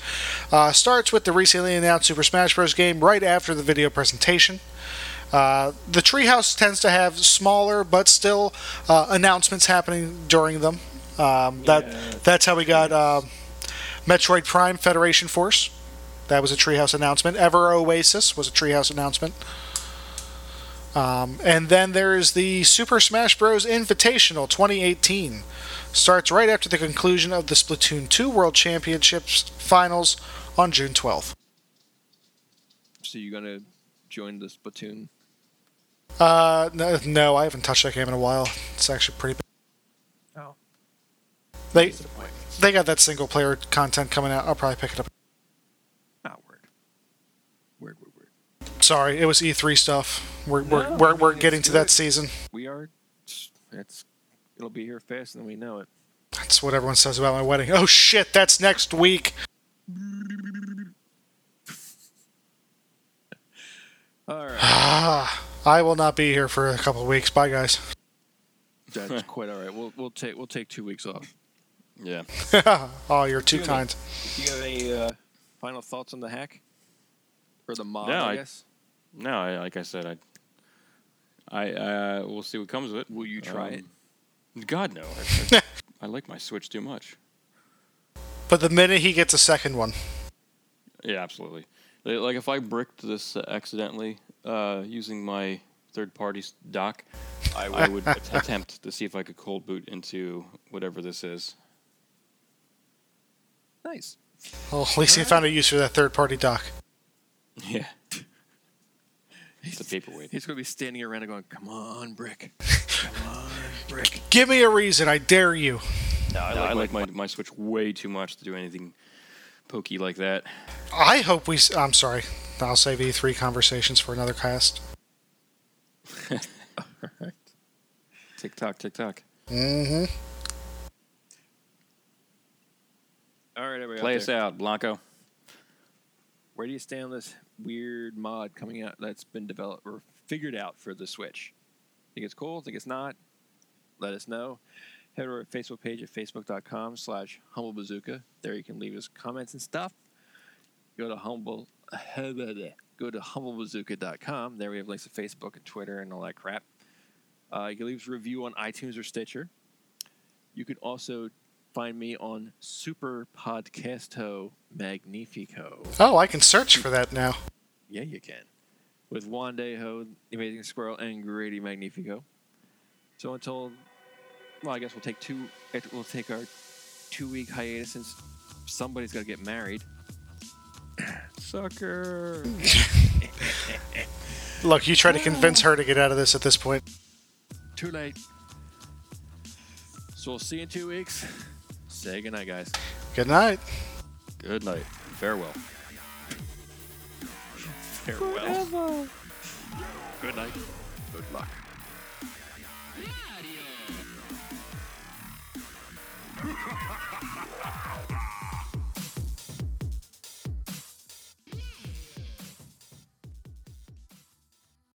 S2: Uh, starts with the recently announced Super Smash Bros. game right after the video presentation. Uh, the Treehouse tends to have smaller but still uh, announcements happening during them. Um, that that's how we got um Metroid Prime Federation Force. That was a Treehouse announcement. Ever Oasis was a Treehouse announcement. Um, and then there is the Super Smash Bros. Invitational 2018. Starts right after the conclusion of the Splatoon 2 World Championships finals on June 12th.
S1: so you're going to join the Splatoon?
S2: Uh, no, no, I haven't touched that game in a while. It's actually pretty. bad.
S1: Oh.
S2: They they got that single player content coming out. I'll probably pick it up.
S1: Not word. Word, word, word.
S2: Sorry, it was E3 stuff. We're we're,
S1: No,
S2: we're,
S1: I
S2: we're
S1: mean,
S2: getting
S1: it's
S2: to that
S1: good.
S2: season.
S1: We are. It's. It'll be here faster than we know it.
S2: That's what everyone says about my wedding. Oh shit, that's next week.
S1: All
S3: [laughs]
S1: right.
S2: Ah, I will not be here for a couple of weeks. Bye, guys.
S1: That's quite all right. We'll we'll take we'll take two weeks off.
S3: Yeah.
S2: oh, you're too
S1: Really?
S2: kind.
S1: Do you have any uh, final thoughts on the hack or the mod?
S3: No,
S1: I,
S3: I-
S1: guess.
S3: No, I, like I said, I, I, uh, we'll see what comes of it.
S1: Will you try
S3: it? God no. I, I, I like my Switch too much.
S2: But the minute he gets a second one,
S3: Yeah, absolutely. Li- Like if I bricked this accidentally uh, using my third party s- dock, I would, I would att- attempt to see if I could cold boot into whatever this is. [laughs]
S1: Nice.
S2: well, at least he found a use for that third party dock.
S3: Yeah. It's a paperweight.
S1: He's gonna be standing around and going, "Come on, brick! Come on, brick!"
S2: Give me a reason. I dare you.
S3: No, I like, my, my Switch way too much to do anything pokey like that.
S2: I hope we. s- I'm sorry. I'll save E3 conversations for another cast.
S3: All right. Tick tock, tick tock.
S2: Mm-hmm.
S1: All right, everybody.
S3: Play
S1: out
S3: us
S1: there.
S3: out, Blanco.
S1: Where do you stand on this weird mod coming out that's been developed or figured out for the Switch? Think it's cool? Think it's not? Let us know. Head over to our Facebook page at facebook.com slash humblebazooka. There you can leave us comments and stuff. Go to humble [laughs] go to humblebazooka.com. There we have links to Facebook and Twitter and all that crap. Uh, you can leave us a review on iTunes or Stitcher. You can also find me on Super Podcasto Magnifico.
S2: Oh, I can search for that now.
S1: Yeah, you can. With Juan Dejo, The Amazing Squirrel, and Grady Magnifico. So until, well, I guess we'll take two. We'll take our two-week hiatus since somebody's got to get married. [clears throat] Sucker.
S2: Look, you try to convince her to get out of this at this point.
S1: Too late. So we'll see you in two weeks. Say goodnight, guys.
S2: Good night.
S3: Good night. Farewell.
S1: Farewell. Good night. Good luck.